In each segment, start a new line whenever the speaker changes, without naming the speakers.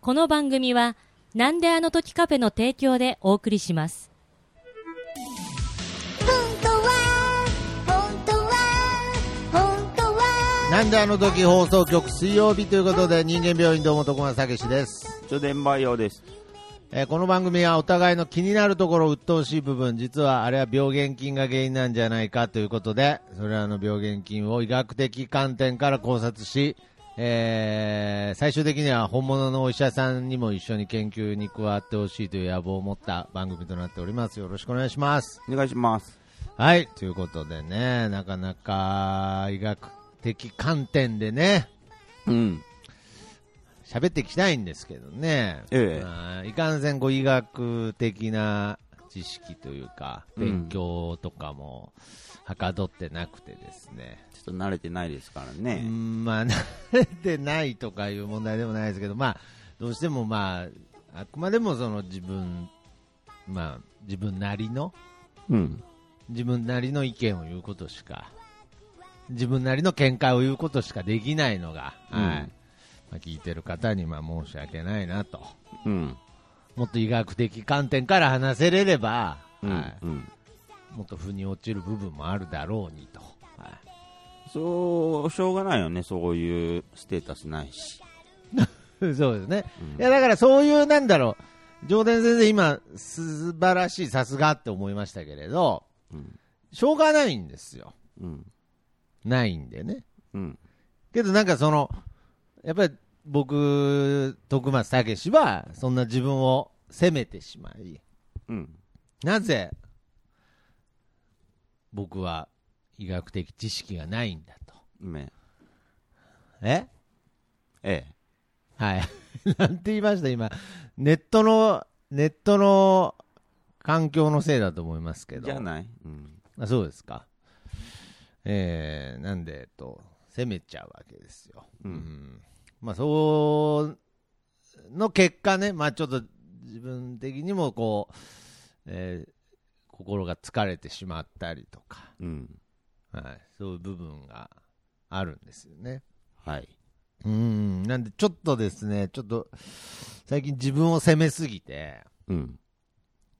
この番組は、なんであの時カフェの提供でお送りします。
本当は本当は本当は
なんであの時放送局水曜日ということで人間病院どうも徳間武史です、
ちょ、電波用です。
えーこの番組はお互いの気になるところ鬱陶しい部分実はあれは病原菌が原因なんじゃないかということでそれらの病原菌を医学的観点から考察し、えー最終的には本物のお医者さんにも一緒に研究に加わってほしいという野望を持った番組となっておりますよろしくお願いします
お願いします。
はい、ということでね、なかなか医学的観点でね、
うん。
喋っていきたいんですけどね、
ええ
まあいかんせんこう医学的な知識というか、
うん
勉強とかもはかどってなくてですね、
ちょっと慣れてないですから
う
ね。
んまあ、慣れてないとかいう問題でもないですけど、まあ、どうしても、まあ、あくまでもその自分、まあ、自分なりの
うん。
自分なりの意見を言うことしか、自分なりの見解を言うことしかできないのが、
うん
はいまあ、聞いてる方にまあ申し訳ないなと、
うん。
もっと医学的観点から話せれれば、は
うん。
い、もっと腑に落ちる部分もあるだろうにと、は
そう、しょうがないよね。そういうステータスない
い、
し。
そうですね、
うん
いやだからそういう、なんだろう、上田先生、今、素晴らしい、さすがって思いましたけれど、
うん。
しょうがないんですよ、
うん。
ないんでね。
うん。
けどなんかその、やっぱり僕、徳松武史は、そんな自分を責めてしまい、
うん。
なぜ、僕は医学的知識がないんだと。
ね
え
え
はい。 なんて言いました今、ネットの、ネットの環境のせいだと思いますけ
え。
ど。
じゃないうん。
あそうですか。えー、なんで、えっと、攻めちゃうわけですよ。
うん
まあ、そう、の結果ね、まあ、ちょっと自分的にも、こう、えー心が疲れてしまったりとか、
うん。
はい、そういう部分があるんですよね。
はい。
うん、なんで、ちょっとですね、ちょっと、最近自分を責めすぎて、
うん。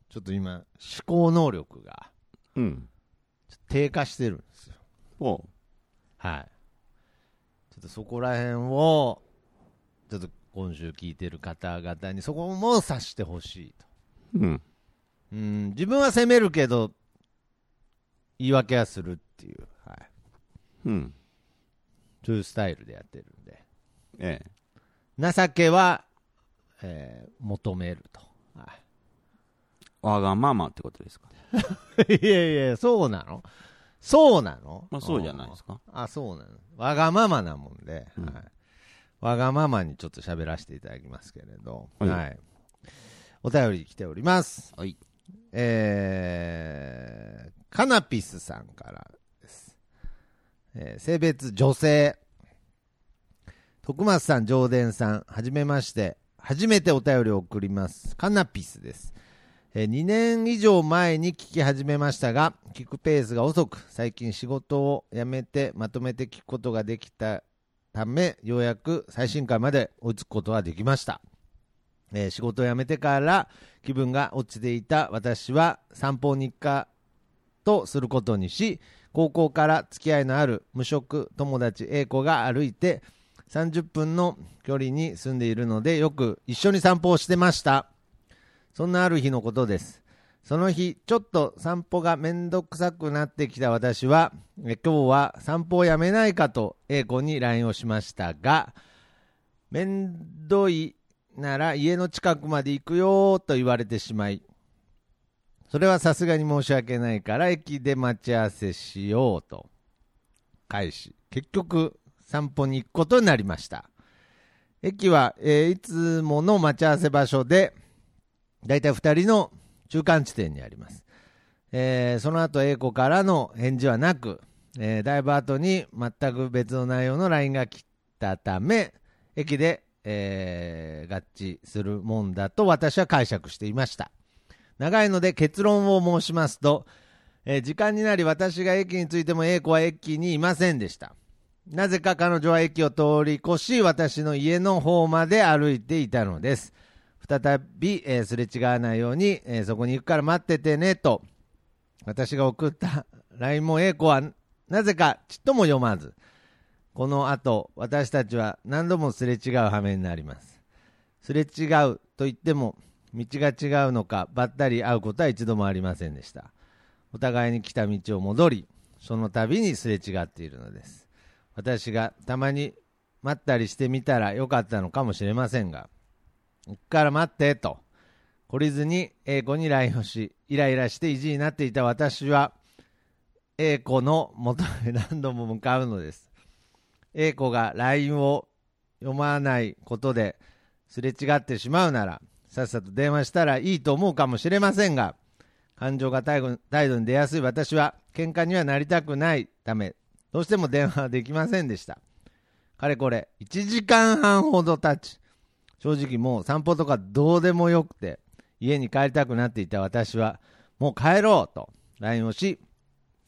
ちょっと今、思考能力が
うん。
ちょっと低下してるんですよ。
おう。
はい。ちょっとそこら辺を、ちょっと今週聞いてる方々にそこも察してほしいと。
うん。
うん、自分は責めるけど、言い訳はするっていう、はい。
うん。
そういうスタイルでやってるんで。
ええ。
情けは、えー求めると。は
わがままってことですか。
い、いやいや、そうなのそうなの
まあそうじゃないですか。
あ、そうなの。わがままなもんで、
うん
はい、わがままにちょっと喋らせていただきますけれど、は。
はいい
お便り来ております。
はい。
えー、カナピスさんからです。えー性別女性。徳松さん、上田さん、はじめまして。初めてお便りを送ります。カナピスです。えー2年以上前に聞き始めましたが聞くペースが遅く最近仕事を辞めてまとめて聞くことができたためようやく最新回まで追いつくことはできました、えー仕事を辞めてから気分が落ちていた私は散歩日課とすることにし高校から付き合いのある無職友達 A 子が歩いて30分の距離に住んでいるのでよく一緒に散歩をしてましたそんなある日のことです。その日、ちょっと散歩がめんどくさくなってきた私は、え今日は散歩をやめないかと A 子に LINE をしましたが、めんどいなら家の近くまで行くよと言われてしまい、それはさすがに申し訳ないから駅で待ち合わせしようと返し、結局散歩に行くことになりました。駅は、えーいつもの待ち合わせ場所で、大体2人の中間地点にあります、えーその後 A 子からの返事はなく、えーだいぶ後に全く別の内容の LINE が来たため駅で、えー合致するもんだと私は解釈していました長いので結論を申しますと、えー時間になり私が駅に着いても A 子は駅にいませんでしたなぜか彼女は駅を通り越し、私の家の方まで歩いていたのです。再び、えーすれ違わないように、えーそこに行くから待っててね、と。私が送った LINE も A 子は、なぜかちっとも読まず。この後、私たちは何度もすれ違う羽目になります。すれ違うと言っても、道が違うのか、ばったり会うことは一度もありませんでした。お互いに来た道を戻り、その度にすれ違っているのです。私がたまに待ったりしてみたらよかったのかもしれませんが、こっから待ってと、懲りずに A 子に LINE をし、イライラして意地になっていた私は、A 子の元へ何度も向かうのです。A 子が LINE を読まないことですれ違ってしまうなら、さっさと電話したらいいと思うかもしれませんが、感情が態度態度に出やすい私は喧嘩にはなりたくないためどうしても電話はできませんでしたかれこれ1時間半ほど経ち正直もう散歩とかどうでもよくて家に帰りたくなっていた私はもう帰ろうと LINE をし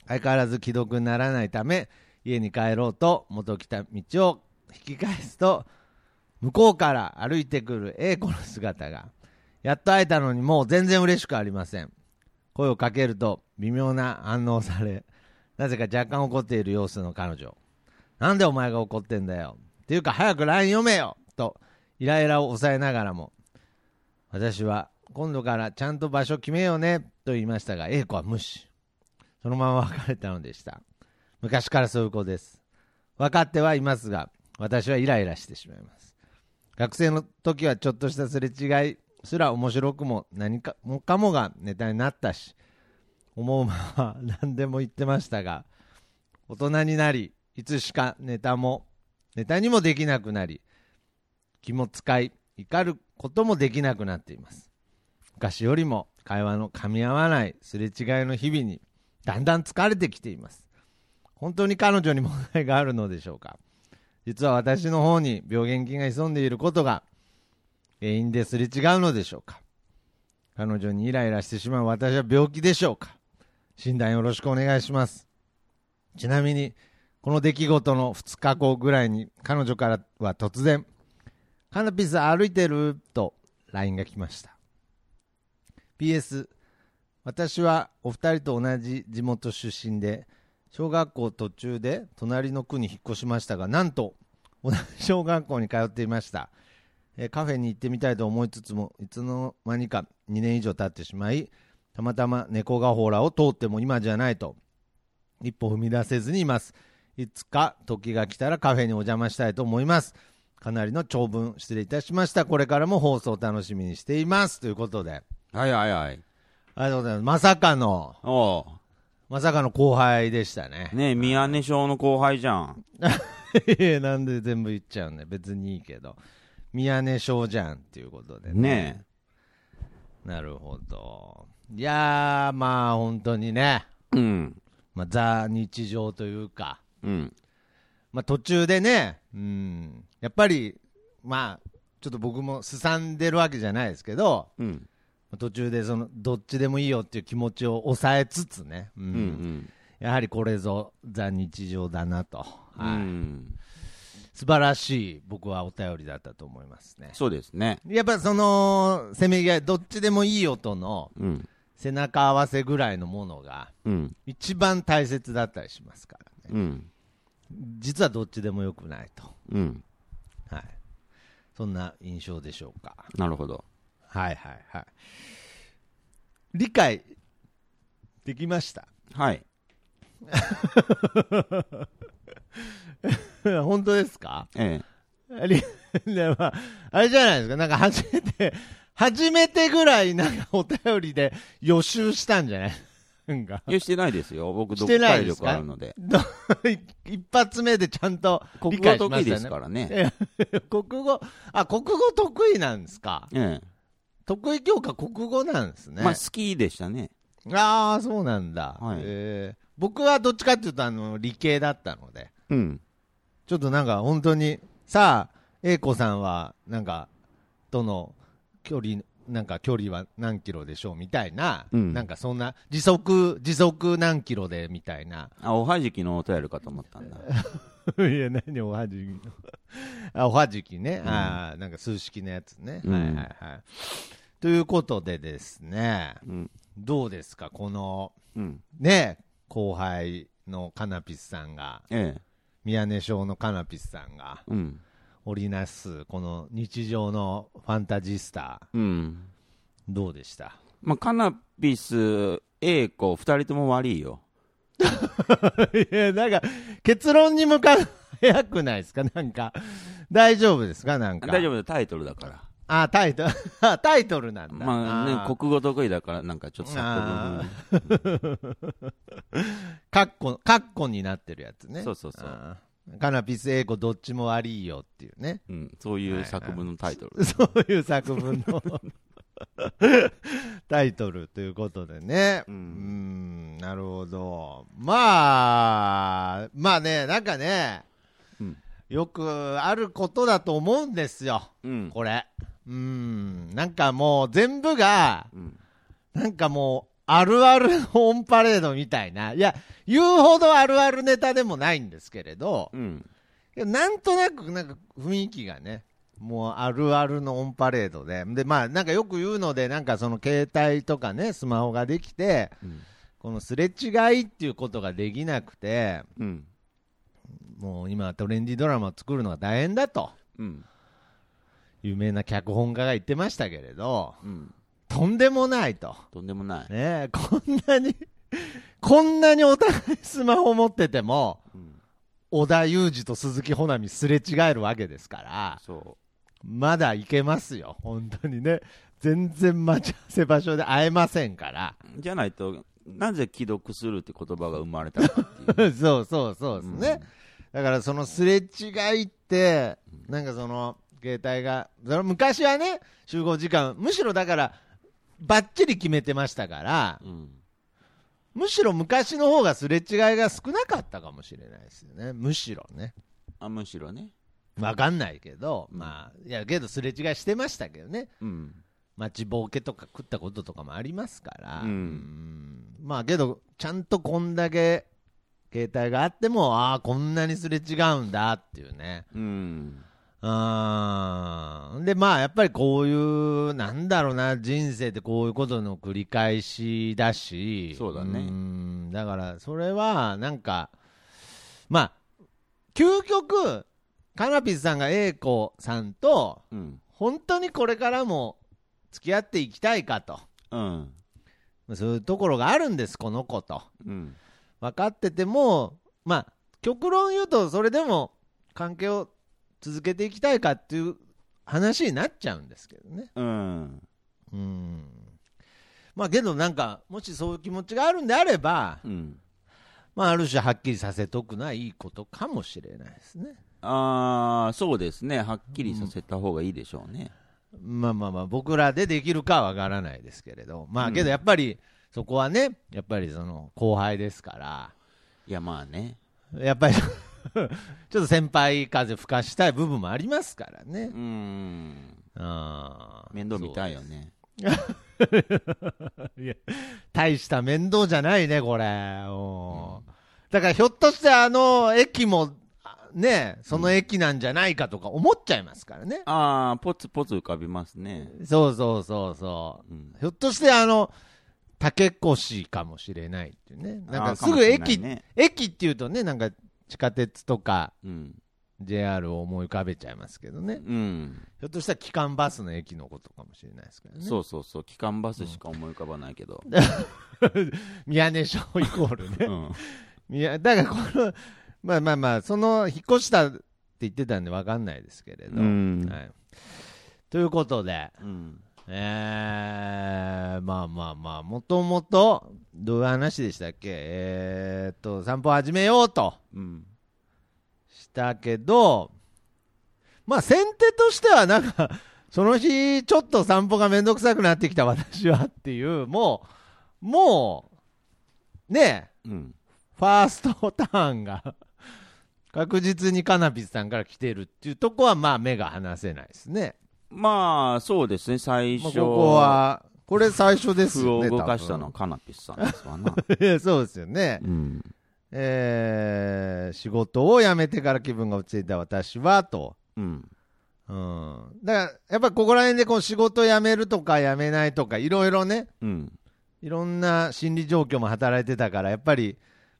相変わらず既読にならないため家に帰ろうと元来た道を引き返すと向こうから歩いてくる A 子の姿がやっと会えたのにもう全然嬉しくありません声をかけると微妙な反応をされなぜか若干怒っている様子の彼女なんでお前が怒ってんだよっていうか早く LINE 読めよとイライラを抑えながらも私は今度からちゃんと場所決めようねと言いましたが A 子は無視そのまま別れたのでした昔からそういう子です分かってはいますが私はイライラしてしまいます学生の時はちょっとしたすれ違いすら面白くも何かもかもがネタになったし思うまま何でも言ってましたが大人になりいつしかネタもネタにもできなくなり気も使い怒ることもできなくなっています昔よりも会話の噛み合わないすれ違いの日々にだんだん疲れてきています本当に彼女に問題があるのでしょうか実は私の方に病原菌が潜んでいることが原因ですれ違うのでしょうか彼女にイライラしてしまう私は病気でしょうか診断よろしくお願いしますちなみにこの出来事の2日後ぐらいに彼女からは突然「カナピス歩いてる?」と LINE が来ました PS 私はお二人と同じ地元出身で小学校途中で隣の区に引っ越しましたがなんと同じ小学校に通っていましたえーカフェに行ってみたいと思いつつもいつの間にか2年以上経ってしまいたまたま猫がほらを通っても今じゃないと一歩踏み出せずにいますいつか時が来たらカフェにお邪魔したいと思いますかなりの長文失礼いたしましたこれからも放送を楽しみにしていますということであり
はいはいはい。
がとうございますまさかの
お
まさかの後輩でしたね
うねえ、宮根省の後輩じゃん。
いやなんで全部言っちゃうんだよ別にいいけど宮根翔じゃんっていうことでね
ね
なるほどいやーまあ本当にね、
え。うん。
まあ、ザ日常というか、
うん。
まあ、途中でねうんやっぱりまあちょっと僕もすさんでるわけじゃないですけど
うん。
まあ途中でそのどっちでもいいよっていう気持ちを抑えつつね、うん
うん。うん。
やはりこれぞザ日常だなと、はい
うん
素晴らしい僕はお便りだったと思いますね
そうですね。
やっぱそのせめぎ合いどっちでもいいよとの
うん。
背中合わせぐらいのものが
うん。
一番大切だったりしますからね
うん。
実はどっちでもよくないと、
うん。
はい、そんな印象でしょうか
なるほど。
はいはいはい理解できました
はい。
本当ですか
ええ。
あり でまああれじゃないですかなんか初めて初めてぐらいなんかお便りで予習したんじゃないなんか
いや、してないですよ。僕、
し
読
てない
解
ですか
力あるので。
ど一発目でちゃんと
国
理
語
解しま
得
し
意で
た
す
ね
か。らね。
ええ国語、あ、国語得意なんですか。
ええ。
得意教科国語なんですね。
まあ、好きでしたね。
ああ、そうなんだ。
はい
ええ僕はどっちかっていうと、あの、理系だったので、
うん。
ちょっとなんか本当に、さあ、英子さんは、なんか、との距離、なんか距離は何キロでしょうみたいな、
うん
なんかそんな、時速、時速何キロでみたいな、
あ、おはじきのお便りかと思ったんだ。
いや、何、おはじきの。 あ、おはじきね。あーなんか数式のやつね。
うん
はいはいはい。ということでですね、
うん。
どうですか、この、
うん。
ね、後輩のカナピスさんが、
ええ。
宮根省のカナピスさんが
うん。
織りなす、この日常のファンタジスタ、
うん。
どうでした
まあ、カナピス、A 子、二人とも悪いよ。
いや、なんか、結論に向かう早くないですかなんか、大丈夫ですかなんか。
大丈夫だよ、タイトルだから。
あ、タイトル、 あタイトルなんだ。
まあね、
こ、
国語得意だから、なんかちょっと
あ
作
カッコ、カッコになってるやつね。
そうそうそう
あー。カナピス英語どっちも悪いよっていうね。
文、うん、そういう作文のタイト ル。
そういう作文の タイトルということでね。う、
うんん
なるほど。まあ、まあね、なんかね、
うん
よくあることだと思うんですよ。
うん。
これ。うん、なんかもう全部が、
うん。
なんかもう、あるあるオンパレードみたいな。いや、言うほどあるあるネタでもないんですけれど、
うん。
いやなんとなくなんか雰囲気がね、もうあるあるのオンパレードで。で、まあなんかよく言うので、なんかその携帯とかね、スマホができて、
うん
このすれ違いっていうことができなくて、
うん。
もう今トレンディードラマを作るのが大変だと、
うん。
有名な脚本家が言ってましたけれど、
うん。
とんでもないと。
とんでもな
ね
い。
え、こんなに、こんなにお互いスマホ持ってても、
うん。
織田裕二と鈴木保奈美すれ違えるわけですから、
そ
まだいけますよ、本当にね。全然待ち合わせ場所で会えませんから。
う。じゃないと、なぜ既読するって言葉が生まれたかっていう。
そうそうそうですね。だからそのすれ違いって、なんかその、携帯が、その昔はね、集合時間、むしろだから、ばっちり決めてましたから、
うん。
むしろ昔の方がすれ違いが少なかったかもしれないですよね。むしろね。
あ、むしろね。
わかんないけど、
うん
まあ、いや、けどすれ違いしてましたけどね。
うん。
待ちぼうけとか食ったこととかもありますから。
うん
うんまあ、けど、ちゃんとこんだけ携帯があっても、ああ、こんなにすれ違うんだっていうね。
うん。
うん。で、まあ、やっぱりこういう、なんだろうな、人生ってこういうことの繰り返しだし。
そうだね
ん。だから、それは、なんか、まあ、究極、カナピスさんが A 子さんと、
うん。
本当にこれからも付き合っていきたいかと、
うん。
まあそういうところがあるんです、この子と。
うん。
分かってても、まあ、極論言うと、それでも関係を続けていきたいかっていう話になっちゃうんですけどね。
うん。
うん。まあ、けどなんか、もしそういう気持ちがあるんであれば、
うん。
まあ、ある種はっきりさせとくのはいいことかもしれないですね。
ああ、そうですね。はっきりさせた方がいいでしょうね。
まあまあまあ、僕らでできるかはわからないですけれど、ま
う
あ
ん
けどやっぱり、そこはね、やっぱりその後輩ですか
いや、まあね。
ら、やっぱり ちょっと先輩風吹かしたい部分もありますからね
う。ん。
あー
面倒見たいよね。
そういや大した面倒じゃないね、これ。おーだからひょっとしてあの駅も、あね、その駅なんじゃないかとか思っちゃいますからね。
ああ、ポツポツ浮かびますね。
そうそうそうそう。
うん。
ひょっとしてあの、竹越かもしれないっていうね。なん
あ
か
ー
すぐ
かもし
駅、
れないね
駅っていうとね、なんか地下鉄とか
うん。
JR を思い浮かべちゃいますけどね。
うん。
ひょっとしたら機関バスの駅のことかもしれないですけどね。
そうそうそう。機関バスしか思い浮かばないけど。
宮根省イコール
う
ね。
ん。
いや、だからこの、まあまあまあ、その、引っ越したって言ってたんでわかんないですけれど。
うん
はい。ということで、
うん。
えー、まあまあまあ、もともと、どういう話でしたっけえーっと、散歩始めようと
うん。
したけど、まあ先手としてはなんか、 その日、ちょっと散歩がめんどくさくなってきた私はっていう、もう、もう、ねえ、
うん。
ファーストターンが、 確実にカナピスさんから来てるっていうとこは、まあ目が離せないですね。
まあ、そうですね。最
まあ、こ
初。
こは、これ最初です
歩
よ
を
ね。
動かしたの
多
はカナピスさんですわな。
分 そうですよね
う。ん。
ええー仕事を辞めてから気分が落ちていた私はと。
うん。
うん、だから、やっぱりここら辺でこう仕事辞めるとか辞めないとか、いろいろね、
うん。
いろんな心理状況も働いてたから、やっぱり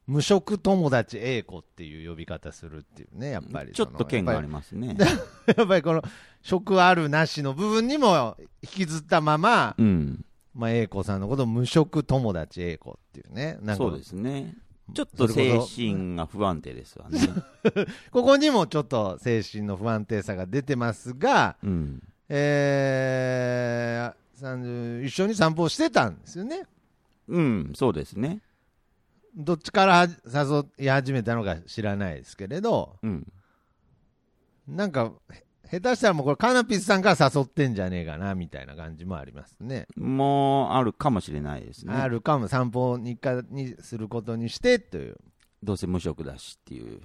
無職友達 A 子っていう呼び方するっていうね、やっぱり
ち
そ
ょ
の。
っと剣があり
やっ
ますね。
ぱりやっぱりこの職あるなしの部分にも引きずったまま、
うん。
まあ、A 子さんのことを無職友達 A 子っていうね、なんか
そうですね。ちょっと
それ
精
こそ
神が不安定ですわね。
ここにもちょっと精神の不安定さが出てますが、
うん。
えー30一緒に散歩してたんですよね。
うん、そうですね。
どっちからは誘い始めたのか知らないですけれど、
うん。
なんか、へ下手したらもうこれカナピスさんから誘ってんじゃねえかな、みたいな感じもありますね。
もう、あるかもしれないですね。
あるかも散歩日課にすることにしてという、
どうせ無職だしっていう。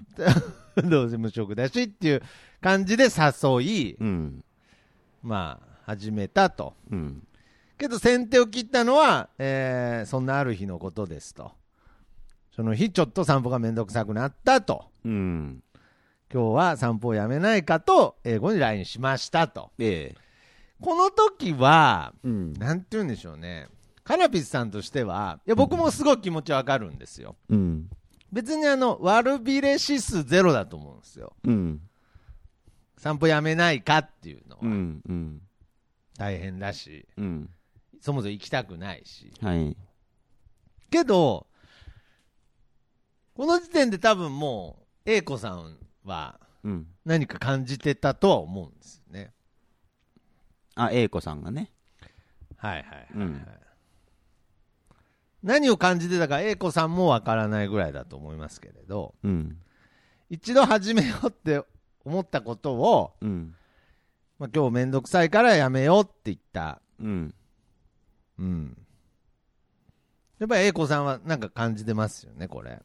どうせ無職だしっていう感じで誘い、
うん。
まあ、始めたと。
うん。
けど先手を切ったのは、えーそんなある日のことですと。その日ちょっと散歩がめんどくさくなったと。
うん。
今日は散歩をやめないかと、英語に LINE しましたと。
ええ。
この時は、
うん。
なんて言うんでしょうね。カナピスさんとしては、いや、僕もすごい気持ちわかるんですよ。
うん。
別にあの、悪びれ指数ゼロだと思うんですよ。
うん。
散歩やめないかっていうの
う
は
ん。うん。
大変だし、
うん。
そもそも行きたくないし。
はい。
けど、この時点で多分もう、A 子さんは
うん。
何か感じてたとは思うんですよね。
あ、英子さんがね。
はいはいはい、はい
うん
何を感じてたか A 子さんもわからないぐらいだと思いますけれど、
うん。
一度始めようって思ったことを、
うん。
まあ、今日めんどくさいからやめようって言った。
うん。
うん。やっぱり A 子さんはなんか感じてますよね、こ れ。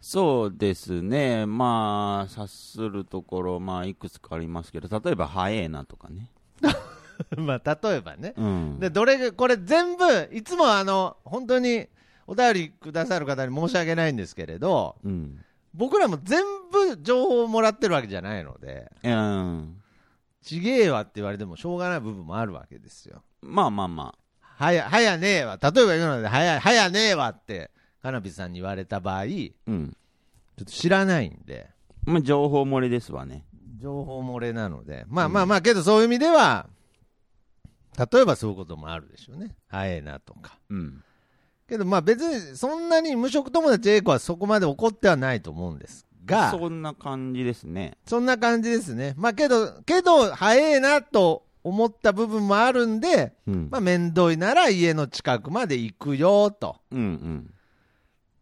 そうですね。まあ、察するところ、まあ、いくつかありますけど、例えば、早えなとかね。
まあ、例えばね。
うん。
でどれがこれ全部いつもあの本当にお便りくださる方に申し訳ないんですけれど
うん。
僕らも全部情報をもらってるわけじゃないので
うん。
ちげえわって言われてもしょうがない部分もあるわけですよ。
まあまあま
はやはやねえわ例えば言うのではやはやねえわってカナピさんに言われた場合ち
あ。うん。
ょっと知らないんで
まあ、情報漏れですわね。
情報漏れなのでまあまあまあけどそういう意味では例えばそういうこともあるでしょうね。早えなとか。
うん。
けどまあ別にそんなに無職友達 A 子はそこまで怒ってはないと思うんですがそ
そんな感じですね。
んな感じですねまあけどけど早えなと思った部分もあるんで
うん。
まあ面倒いなら家の近くまで行くよと
うんうん。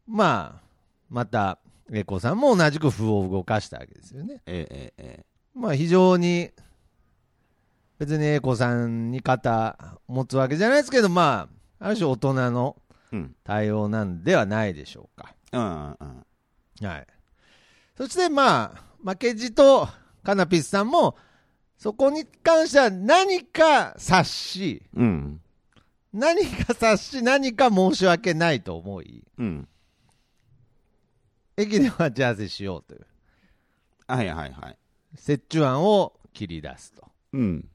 まあまた A 子さんも同じく歩を動かしたわけですよね
えええええ
まあ非常に別に A 子さんに肩持つわけじゃないですけどまあある種大人の
え。うん。
対応なんではないでしょうか
うんうん
はい。そしてまあ、負けじとカナピスさんも、そこに関しては何か察し、
うん。
何か察し、何か申し訳ないと思い、
うん。
駅で待ち合わせしようという、
はいはいはい。
折衷案を切り出すと。
うん。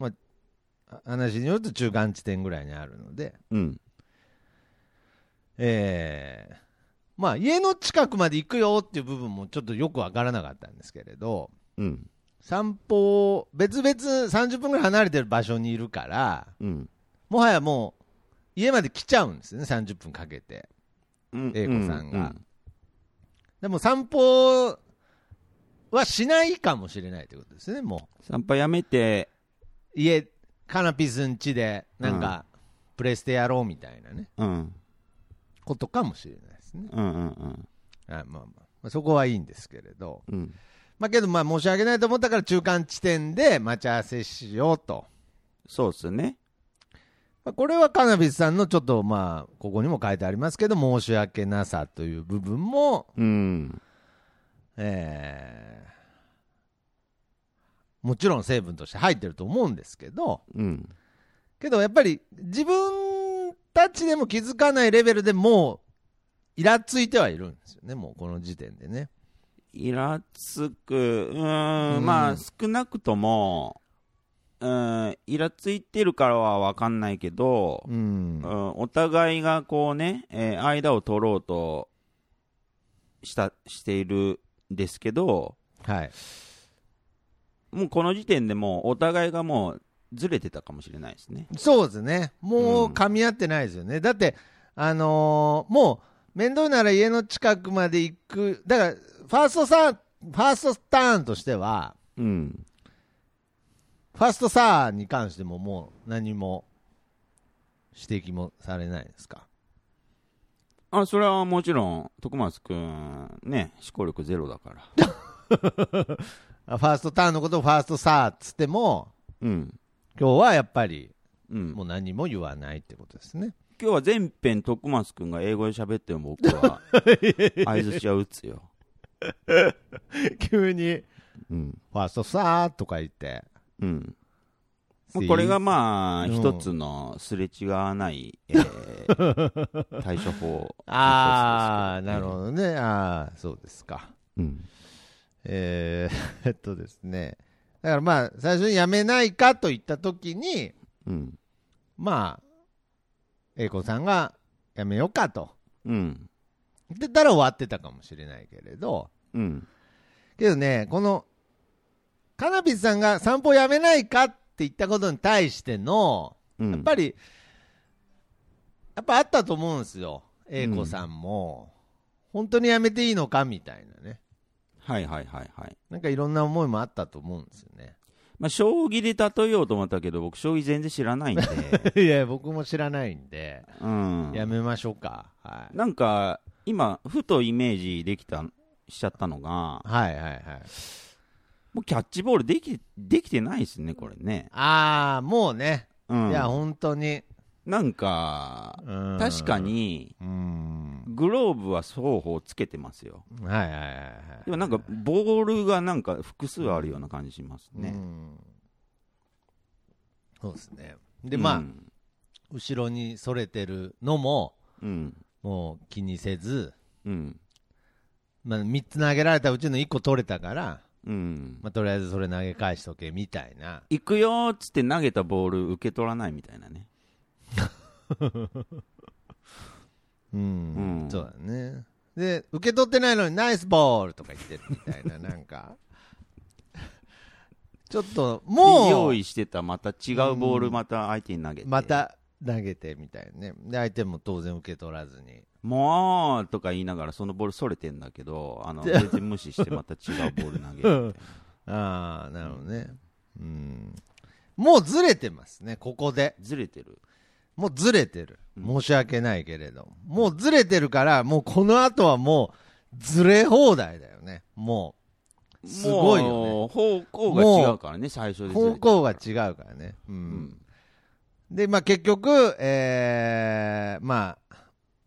あ話によると中間地点ぐらいにあるので、
うん。
えー、まあ家の近くまで行くよっていう部分もちょっとよくわからなかったんですけれど、
うん。
散歩を別々30分ぐらい離れてる場所にいるから、
うん。
もはやもう家まで来ちゃうんですよね30分かけて
うん。
英子さんがでも散歩はしないかもしれないということですねも
散歩やめて、
う家カナピスん家でなんか、プレステやろうみたいなね
うん。
ことかもしれないですね
うんうんうん。
あまあまあまあそこはいいんですけれど
うん。
まあけどまあ申し訳ないと思ったから中間地点で待ち合わせしようと、
そうっすね。
まあこれはカナピスさんのちょっとまあここにも書いてありますけど申し訳なさという部分も
うん。
えーもちろん成分として入ってると思うんですけど
うん。
けどやっぱり自分たちでも気づかないレベルでもうイラついてはいるんですよね、もうこの時点でね。
イラつく、うーん、
うん
まあ、少なくとも、うん、イラついてるからは分かんないけど、
うん
う。ん、お互いがこうね、えー間を取ろうとした、しているんですけど、
はい。
もうこの時点でもう、お互いがもう、ずれてたかもしれないですね。
そうですね。もう
うん
噛み合ってないですよね。だって、あのーもう、面倒なら家の近くまで行く。だから、ファーストサー、ファーストターンとしては、
うん。
ファーストサーに関してももう何も指摘もされないですか。
あ、それはもちろん、徳松くん、ね、思考力ゼロだから。
あファーストターンのことをファーストサーっつっても、
うん。
今日はやっぱり
うん
もう何も言わないってことですね。
今日は全編徳松くんが英語で喋っても僕 は相槌は打つよ、
急に、
うん
ファーストサーとか言って。
うん、もうこれがまあ
うん
一つのすれ違わない、えー対処法
ああ、なるほどね。ああ、そうですか。
ど、うん
えー えっとですね。だからまあ、最初にやめないかと言ったときに、
うん
まあ、英子さんがやめようかと
うん
言ってたら終わってたかもしれないけれど、
うん
けどね、この、カナビスさんが散歩やめないかって言ったことに対しての、
うん
やっぱり、やっぱあったと思うんですよ。英子さんも、本当にやめていいのかみたいなね。
はいはいはいはい、
なんかいろんな思いもあったと思うんですよね。
まあ、将棋で例えようと思ったけど僕将棋全然知らないん で、
いや、僕も知らないんで、
うん、
やめましょうか。はい。
なんか今ふとイメージできたしちゃったのが
はいはいはい。
もうキャッチボールできできてないですねこれね
ああ、もうね。
うん、
いや、本当に。
なんか、
うん
確か。に、
うん。
グローブは双方つけてますよ。
はいはいはいはい。
でもなんか、ボールがなんか複数あるような感じします
う
ね。
んそうですね。で、まあ、
うん
後ろにそれてるのも、
うん。
もう気にせず、
うん。
まあ、3つ投げられたうちの1個取れたから、
うん。
まあ、とりあえずそれ投げ返しとけみたいな。
行くよーっつって投げたボール受け取らないみたいなね。
うん、
うん
そうだね。で、受け取ってないのに、ナイスボールとか言ってるみたいな、なんか、 ちょっと、も
用
う、
意してたまた違うボールまた相手に投げて。
ま。た投げてみたいなね。で、相手も当然受け取らずに。
もうとか言いながらそのボールそれてんだけど、あの、全然無視してまた違うボール投げるみたいな。
ああ、なるほどね。うん。もうずれてますね、ここで。
ずれてる。
もうずれてる。
うん
申し訳ないけれど。もうずれてるから、もうこの後はもう、ずれ放題だよね。もすごいよね
もう方向が違うからね、最初
う、
でずれてる
方向が違うからね。う
うんん。
で、まあ、結局、えーまあ、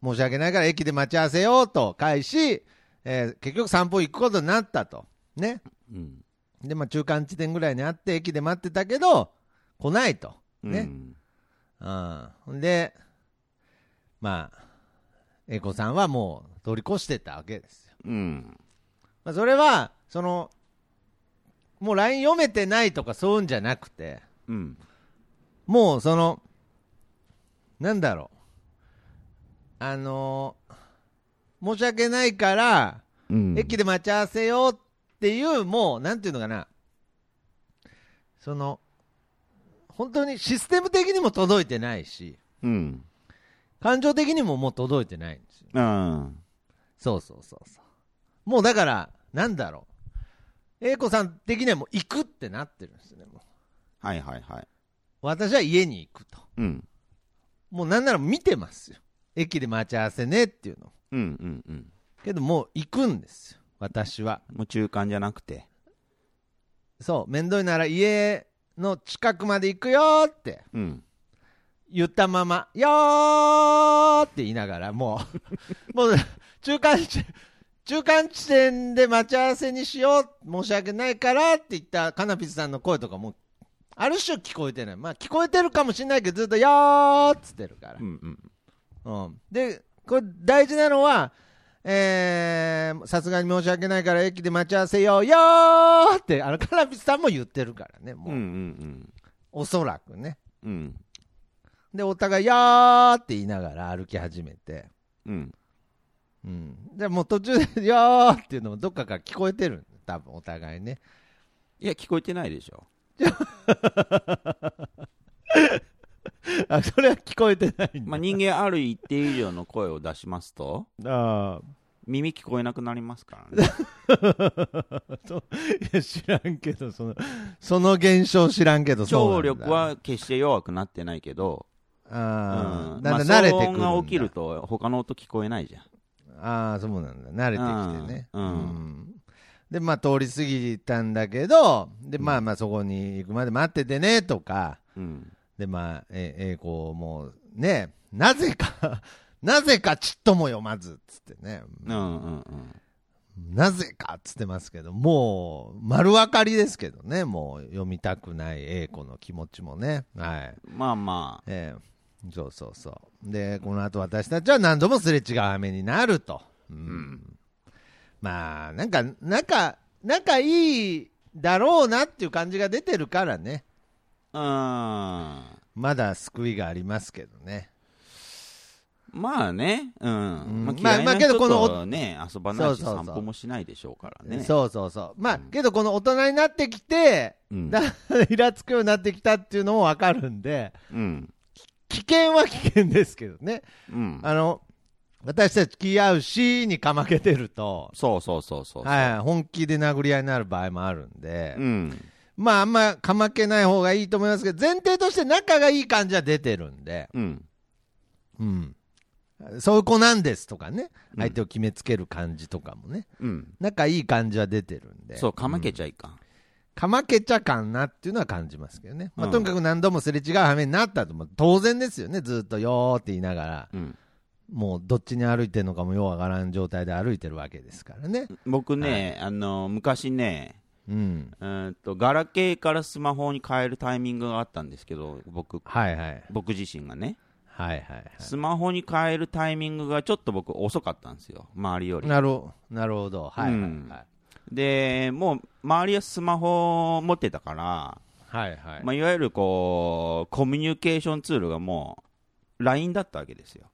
申し訳ないから駅で待ち合わせようと返し、えー結局散歩行くことになったと。ね。
うん。
で、まあ、中間地点ぐらいにあって駅で待ってたけど、来ないと。ね。
うん
うん。ほんで、まあ、英子さんはもう通り越してたわけですよ。
うん。
まあ、それは、その、もう LINE 読めてないとかそういうんじゃなくて、
うん。
もうその、なんだろう。あのー申し訳ないから、
うん
駅で待ち合わせようっていう、もう、なんていうのかな。その、本当にシステム的にも届いてないし、
うん。
感情的にももう届いてないんですよ。
うん。
そうそうそうそう。もうだから、なんだろう。英子さん的にはもう行くってなってるんですよね。もう
はいはいはい。
私は家に行くと。
うん。
もうなんなら見てますよ。駅で待ち合わせねっていうの。
うんうんうん。
けどもう行くんですよ。私は。
もう中間じゃなくて。
そう、面倒いなら家の近くまで行くよーって
うん。
言ったまま、よーって言いながら、もう、 もう、中間地、中間地点で待ち合わせにしよう、申し訳ないからって言ったカナピスさんの声とかも、ある種聞こえてない。まあ聞こえてるかもしれないけど、ずっとよーっつってるから
う。んうん。
うん、でこれ大事なのは、えーさすがに申し訳ないから駅で待ち合わせようよーって、あの、カラピスさんも言ってるからね、も
う
う。
んうん
おそらくね。
うんうん
で、お互い、やーって言いながら歩き始めて。
うん
うん。で、もう途中で、やーっていうのもどっかから聞こえてる。多分、お互いね。
いや聞こえてないでしょ
あ、それは聞こえてないんだ。
まあ人間ある一定以上の声を出しますと
あ
耳聞こえなくなりますから ね
あ。そういや、知らんけど、その、その現象知らんけど、そ
聴
うなんだ
力、は決して弱くなってないけど、う
ああ、
ん
だん
ま
だ
あ
ん慣れてくる
騒
ん
音
だ。
が起きると他の音聞こえないじゃん
ああ、そうなんだ。慣れてきてね。
うんうん
で、まあ、通り過ぎたんだけど、で、まあまあ、そこに行くまで待っててね、とか、
うん
で、まあ、え、え、こう、もう、ね、なぜか、 なぜかちっとも読まず、つってね。
うんうんうん
なぜか、つってますけど、もう、丸分かりですけどね、もう、読みたくない英子の気持ちもね。はい。
まあまあ
ええそうそうそう。で、この後私たちは何度もすれ違う雨になると。うん。まあ、なんか、仲、仲いいだろうなっていう感じが出てるからね。
うん
まだ救いがありますけどね。
まあね、うん。
ん
まあ、
まあま
ま
あ
あ、
け
け
ど
ど
こ
こ
の
の、ね、遊ばないし
そうそうそ
散
う
歩もしないでしょうからね。
そうそうそう。まあ、
うん
けどこの大人になってきて、
うん
だ イラつくようになってきたっていうのもわかるんで、
うん。
危険は危険ですけどね。
うん。
あの、私たち付き合うしにかまけてると、
そうそうそうそう。
はい、本気で殴り合いになる場合もあるんで、
うん。
まああんまかまけない方がいいと思いますけど、前提として仲がいい感じは出てるんで、
うん。
うん。そういう子なんですとかね、
うん
相手を決めつける感じとかもね、
うん。
仲いい感じは出てるんで、
そう、かまけ
ゃ、
ちゃいかん。
かまけちゃ感なっていうのは感じますけどね。まあ
うん
とにかく何度もすれ違う羽目になったと、まあ当然ですよね、ずっとよーって言いながら、
うん。
もうどっちに歩いてるのかもようわからん状態で歩いてるわけですからね。
僕ね、あの、昔ね、
うん。
うーんと、ガラケーからスマホに変えるタイミングがあったんですけど、僕、
はいはい。
僕自身がね、
はいはいはい。
スマホに変えるタイミングがちょっと僕遅かったんですよ、周りより。
なるほど。なるほど。はいはいはい。
うんで、もう、周りはスマホ持ってたから、
はいはい。
まあ、いわゆるこうコミュニケーションツールがもう LINE だったわけですよ、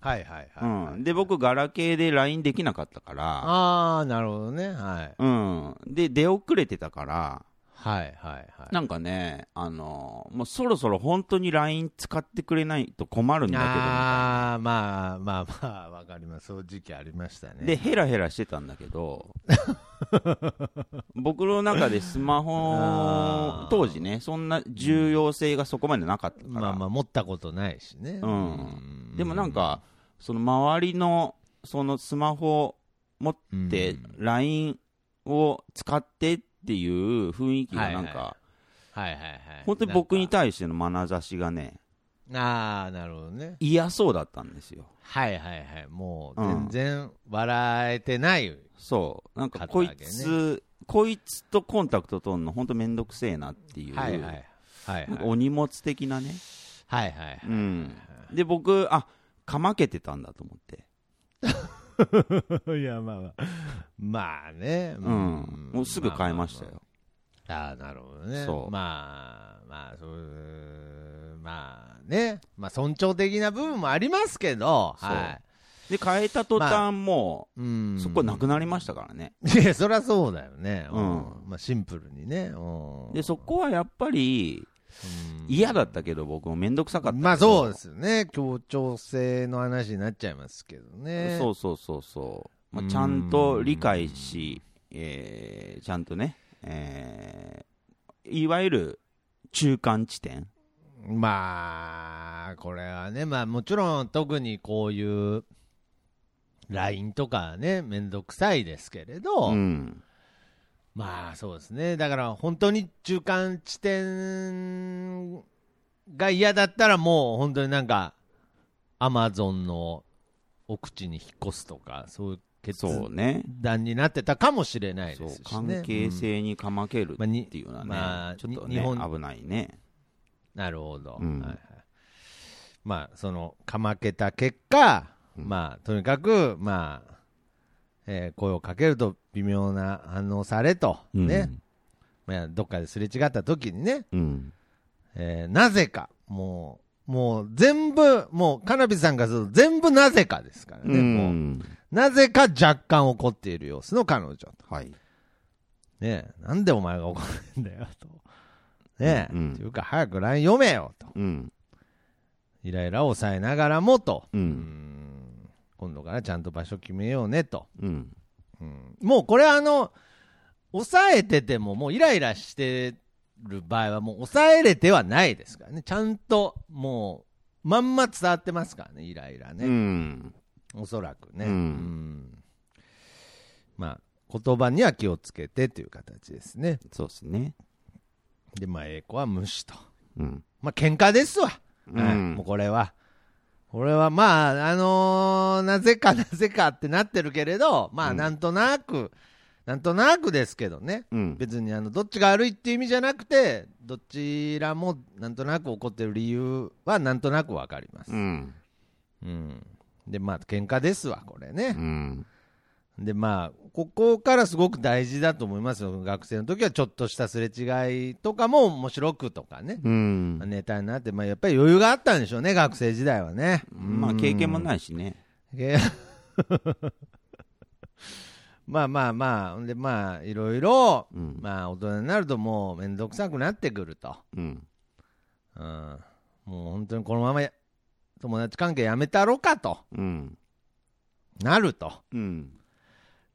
はいはいはいはい。
うん、で僕ガラケーで LINE できなかったから
ああ、なるほどね。はい。
うん、で出遅れてたから
はいはいはい。
なんかね、あのもうそろそろ本当に LINE 使ってくれないと困るんだけどみたいな
ああ、まあまあまあ、わかります。そういう時期ありましたね。
でヘラヘラしてたんだけ ど僕の中でスマ
あ
ホ
ー
当時ねそんな重要性がそこまでなかったから、
まあまあ、持ったことないしね。
うんでもなん、か、その周りのそのスマホ持って
うん、
LINE を使ってっていう雰囲気が、なん
はいは
か、
はいはいはい。
本当に僕に
た
対しての眼差しがね、
ああ、なるほどね。
嫌そうだったんですよ。
はいはいはい。もう、
うん
全然笑えてない。
そう、なんか
肩
こ
上
い
げね
つ、こいつとコンタクト取るの、本当めんどくせえなっていう、
はいはい。はい
なん
は
か
い。
お荷物的なね。
はいはい。
うんで、僕、あかまけてたんだと思って。
いや、まあまあ。まあね。
うん。もうすぐ変えましたよ。。
ああ、なるほどね。
そう
まあ、まあ、そういう、まあね。まあ、尊重的な部分もありますけど、
そう
は
で、変えた途
ま
端、も
い。うん。
う、そこなく
な
なりましたからね。
いや、そりゃそうだよね。う
うんん。
まあ、シンプルにね。うん。
で、そこはやっぱり、
うん、
嫌だったけど、僕も面倒くさかったけど。
まあ、そうですよね。協調性の話になっちゃいますけどね。
そうそうそうそう。ま
う
あ、
ん
ちゃんと理解し、えーちゃんとね、えーいわゆる中間地点。
まあ、これはね、まあもちろん特にこういう LINE とかね、めんどくさいですけれど、
うん。
まあそうですね、だから本当に中間地点が嫌だったらもう本当になんか、アマゾンの奥地に引っ越すとか、そういう決
そうね。
断になってたかもしれない
そ
で
う
すしね。
関係性にかまける
まあに
っていうのはね、
まあ
ちょっと
に日
ね、
本
危ないね。
なるほど、
うん
はいはいまあ、その、かまけた結果、まあ、とにかく、まあ、えー声をかけると微妙な反応されと、ね、まあ、どっかですれ違った時にね、
うん。
えーなぜか、もう、もう全部、もう、カナビさんがすると全部なぜかですから
う。
ね、もうんなぜか若干怒っている様子の彼女と。
はい。
ねえ、なんでお前が怒るんだよ、と。ねえ、
うん
っていうか、早く LINE 読めよ、と。
うん。
イライラを抑えながらも、と。
う。
うんん今度からちゃんと場所決めようね、と。
うん。
もうこれあの、抑えてても、もうイライラしてる場合は、もう抑えれてはないですからね。ちゃんと、もう、まんま伝わってますからね、イライラ
う
ね。
ん。
おそらくね。
うん
うんまあ、言葉には気をつけてという形ですね。
そうですね。
で、まあ、英子は無視と。
うん。
まあ、喧嘩ですわ。
うん
はいもうこれは。これはまあ、あのーなぜかな ぜかってなってるけれど、まあ、なんとなく、なんとなくですけどね。
うん。
別にあのどっちが悪いっていう意味じゃなくてどちらもなんとなく怒ってる理由はなんとなくわかります、
う
うん
ん。
でまあ喧嘩ですわこれ
う
ね、
ん。
でまあここからすごく大事だと思いますよ学生の時はちょっとしたすれ違いとかも面白くとかね、
うん。
ネタになって、まあ、やっぱり余裕があったんでしょうね学生時代はね、
まあ、経験もないしね。
えー まあまあまあ、ほんでまあいろいろ、
うん
まあ大人になるともう面倒くさくなってくると、
うん。
うん、もう本当にこのままや友達関係やめたろかと
うん。
なると。
うん。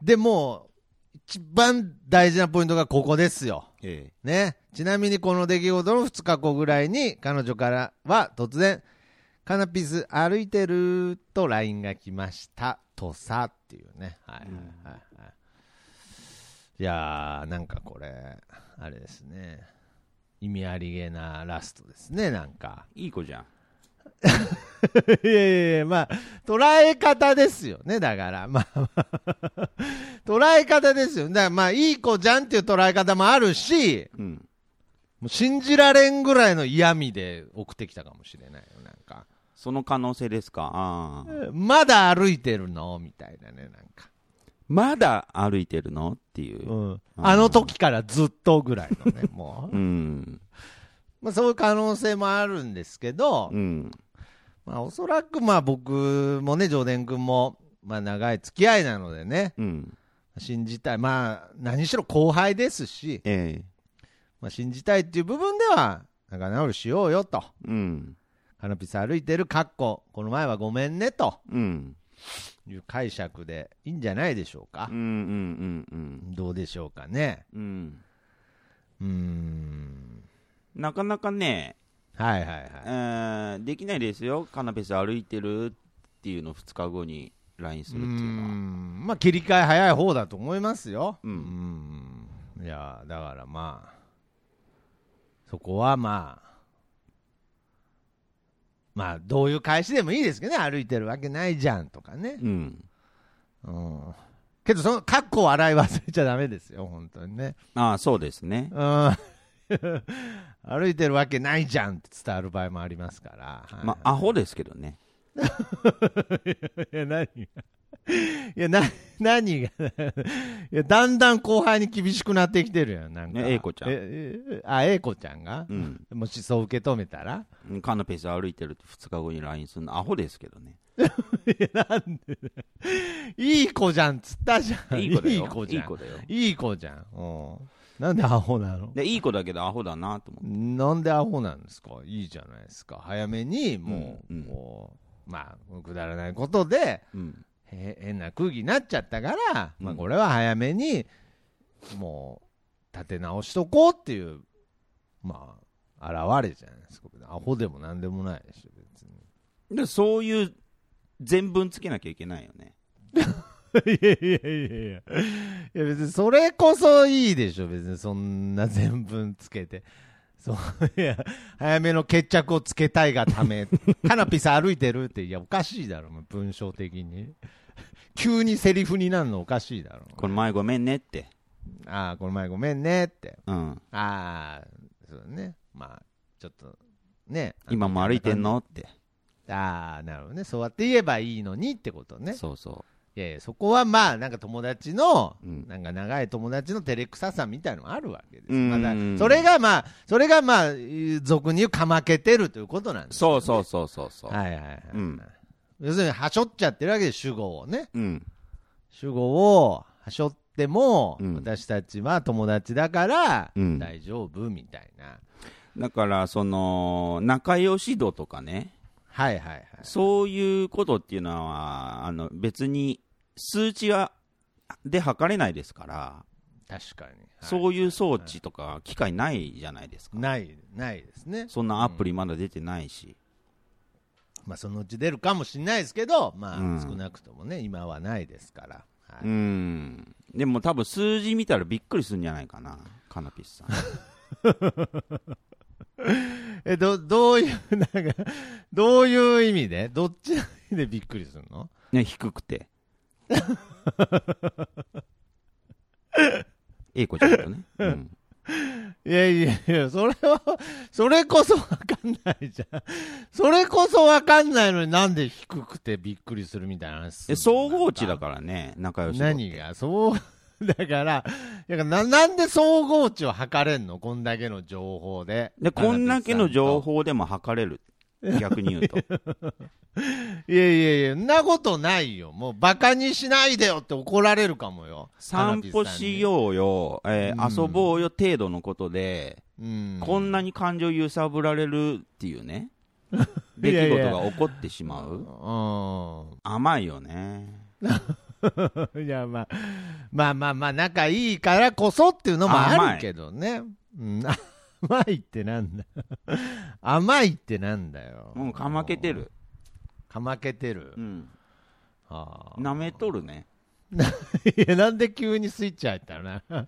でもう一番大事なポイントがここですよ。
ええ。
ね、ちなみにこの出来事の2日後ぐらいに彼女からは突然「カナピス歩いてる」と LINE が来ましたとさっていうねはいはいはい、はい、いやーなんかこれあれですね意味ありげなラストですねなんか
いい子じゃん。
いやいやいやまあ捉え方ですよねだからまあまあ 捉え方ですよだからまあいい子じゃんっていう捉え方もあるし
うん。
もう信じられんぐらいの嫌味で送ってきたかもしれないよ、なんか。
その可能性ですか。ああ。
まだ歩いてるのみたいなね、なんか。
まだ歩いてるのっていう。
うん。あの時からずっとぐらいのね、もう
う。ん。
まあそういう可能性もあるんですけど、
うん。
まあおそらくまあ僕もね、上田君も、まあ長い付き合いなのでね、
うん。
信じたい。まあ何しろ後輩ですし、
ええ。
まあ信じたいっていう部分では仲直りしようよと。
うん。
カナピス歩いてる、かっこ、この前はごめんねと。
うん。
いう解釈でいいんじゃないでしょうか
うん。う、ん。うん。
どうでしょうかね
うん。
うーん
なかなかね、
はいはいはい
えーできないですよ。カナベス歩いてるっていうのを2日後に LINE す
うー
るっていうのは。
んまあ切り替え早い方だと思いますよ
うん
うーんいやだからまあそこはまあまあどういう返しでもいいですけどね歩いてるわけないじゃんとかね
うん。
うんけどそのかっこ笑い忘れちゃダメですよ本当にね
ああ、そうですね。
うん 歩いてるわけないじゃんって伝わる場合もありますから。はい
まあ、アホですけどね。
いや、何が。 いや、な、 何が。いや、だんだん後輩に厳しくなってきてるやん。なんか。
ね A 子ちゃん
え。えあ、A 子ちゃんが、
うん。
もしそう受け止めたら
カナベス歩いてるって2日後に LINE するの、アホですけどね。
いい子じゃんっつったじゃん。
いい子だよ。
いい子じゃん。いい子
だよ。
じゃん。うん。なんでアホなの
で、いい子だけどアホだなと思って。
なんでアホなんですかいいじゃないですか。早めに、もう、
うんうん
こう、まあ、くだらないことで、
うん。
へ変な空気になっちゃったから、ま
う
あ、
ん
これは早めにもう立て直しとこうっていうまあ現れじゃないですかアホでも何でもないでしょ
で、そういう全文つけなきゃいけないよね。
別に いやいやいやいやいや別にそれこそいいでしょ別にそんな全文つけてそういや早めの決着をつけたいがた めカナピス歩いてるっていやおかしいだろもう文章的に 急にセリフになるのおかしいだろ
この前ごめんねって。
ああこの前ごめんねって
うん。
ああ、そうだね。まあ、ちょっと、ね。
今も歩いてん
の
のって。
ああ、なるほどね。そうやって言えばいいのにってことね。
そうそ
いやいや、そこはまあ、なんか友達の、
うん
なんか長い友達の照れくささみたいのがあるわけです。
うん
まだ、それがまあ、それがまあ、俗に言うかまけてるということなんで
う。
す。
そうそうそうそうそう。
はいはいはい。
うん
要するに、はしょっちゃってるわけで、主語をね。
うん。
主語をはしょっても、
うん
私たちは友達だから、
うん
大丈夫みたいな。
だから、その、仲良し度とかね、
はいはいはい。
そういうことっていうのは、あの、別に数値は、で測れないですから、
確かに。はい
そういう装置とか機械ないじゃないですか。
ない、ないですね。
そんなアプリまだ出てないし。
まあ、そのうち出るかもしれないですけど、まあ、
うん
少なくともね、今はないですから。は
う
い
ん。でも多分数字見たらびっくりするんじゃないかな。カナピス さん。
え、ど、どういう、 なんか、どういう意味でどっちの意味でびっくりするの
ね、低くて。 英子ちゃんとね。うん。
いやいやいや、それは、それこそわかんないじゃん。それこそわかんないのになんで低くてびっくりするみたいな話すん
え
の
総合値だからね、仲良し。
何がそう、だから、だからななんで総合値を測れんのこんだけの情報で。
で、こんだけの情
報
報でも測れる。逆に 言うと。
いやいやいや、んなことないよ。もうバカにしないでよって怒られるかもよ。
散歩しようよ、えー
うん
遊ぼうよ程度のことで、
う。うん。
こんなに感情揺さぶられるってい うね、出来事が起こってしまう、
う
甘いよね。
ん。い や、まあ、まあまあまあ、仲いいからこそっていうのもあるけどね。うん。 甘いってなんだ 甘いってなんだよ。
もうかまけて。る、
かまけてる
う。ん、
ああ
舐めとるね、
いや、なんで急にスイッチ入ったのな。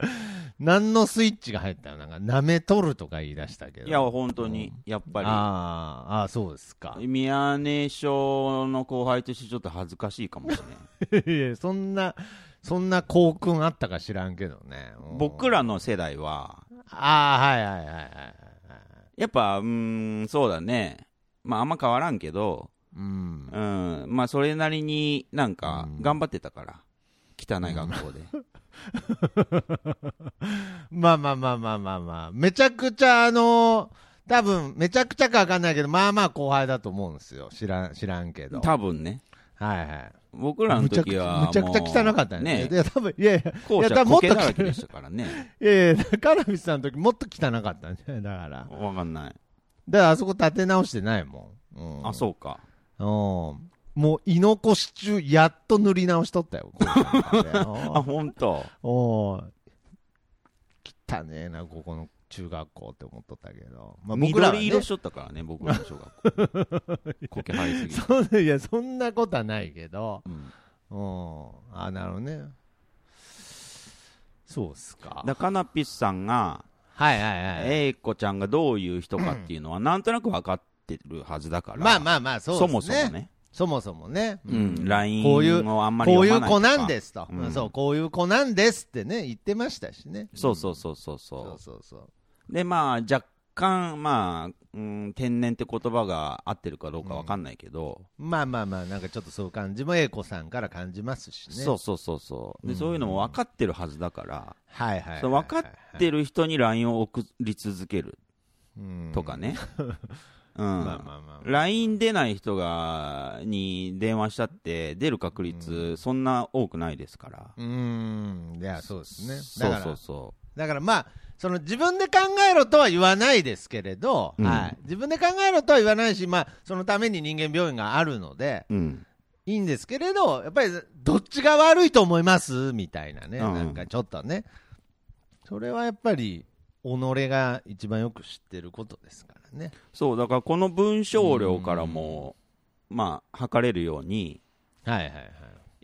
何のスイッチが入ったのなんか、舐めとるとか言い出したけど。
いや、本当に、やっぱ
ああ、ああ、そうですか。
り、宮根省の後輩としてちょっと恥ずかしいかもしれない、
いやそんな、そんな校訓あったか知らんけどね。うん
僕らの世代は、
ああ、はいはいはいはいはい。
やっぱ、うーん、そうだね、まあ、あんま変わらんけど、
うん。
うん、まあ、それなりになんか
う、ん
頑張ってたから、汚い学校で。
まあまあまあまあまあまあ。めちゃくちゃあのー多分、めちゃくちゃかわかんないけど、まあまあ後輩だと思うんですよ。知らん、知らんけど。
多分ね、
はいはい。
僕らの
むちゃく
時
ち
は
ゃ、むちゃくちゃ汚かったね。
ね
いや、多分、いやいや、
校舎
いや多分も
コ
っ
ケ
と
だらけでしたから ね。
いやいや、カラビスさんの時もっと汚かったんじゃないだから。だか
わかんない。
らあそこ立て直してないもん。うん、
あ、そうか。
うん。もう、居残し中、やっと塗り直しとったよ。こういうの
あ、本当。
おー汚ねえなここの中学校って思っとったけど、まあ、僕らは、ね、
緑色しとったからね、僕らの小学 校。コケ入りすぎて。
そう いやそんなことはないけど
うん
うんあなるほどねそうっすか
だカナピスさんが、
はいはいはい、
エイコちゃんがどういう人かっていうのは、なんとなく分かってるはずだから。
まあまあまあそう
そ
ですね
もそもね。
そもそもね、
う、
うんん
LINE
こういう
をあんまり
こう
読
いう
まない
子
とか
なんですと、
うん
そうこういう子なんですってね言ってましたしね
そうそうそうそう
そ
そう
そうそう
う。で、まあ、若干、まあ、うん天然って言葉が合ってるかどうか分かんないけど、
まあまあまあなんかちょっとそういう感じも A 子さんから感じますしね
そうそうそうそう。で、そういうのも分かってるはずだから、
はいはいはいはい、
そう分かってる人に LINE を送り続ける
うん
とかね。うん。
まあまあまあまあ
LINE 出ない人が、に電話したって、出る確率、そんな多くないですから。
うーん、いや、そうですね。だ
そ
か
う
ら、
そうそう。
だからまあ、その自分で考えろとは言わないですけれど、
うん
はい、自分で考えろとは言わないし、まあ、そのために人間病院があるので、
うん。
いいんですけれど、やっぱりどっちが悪いと思いますみたいなね、
うん
なんかちょっとね、それはやっぱり、己が一番よく知ってることですからね。
そう、だからこの文章量からも、まあ、測れるように、
はいはいは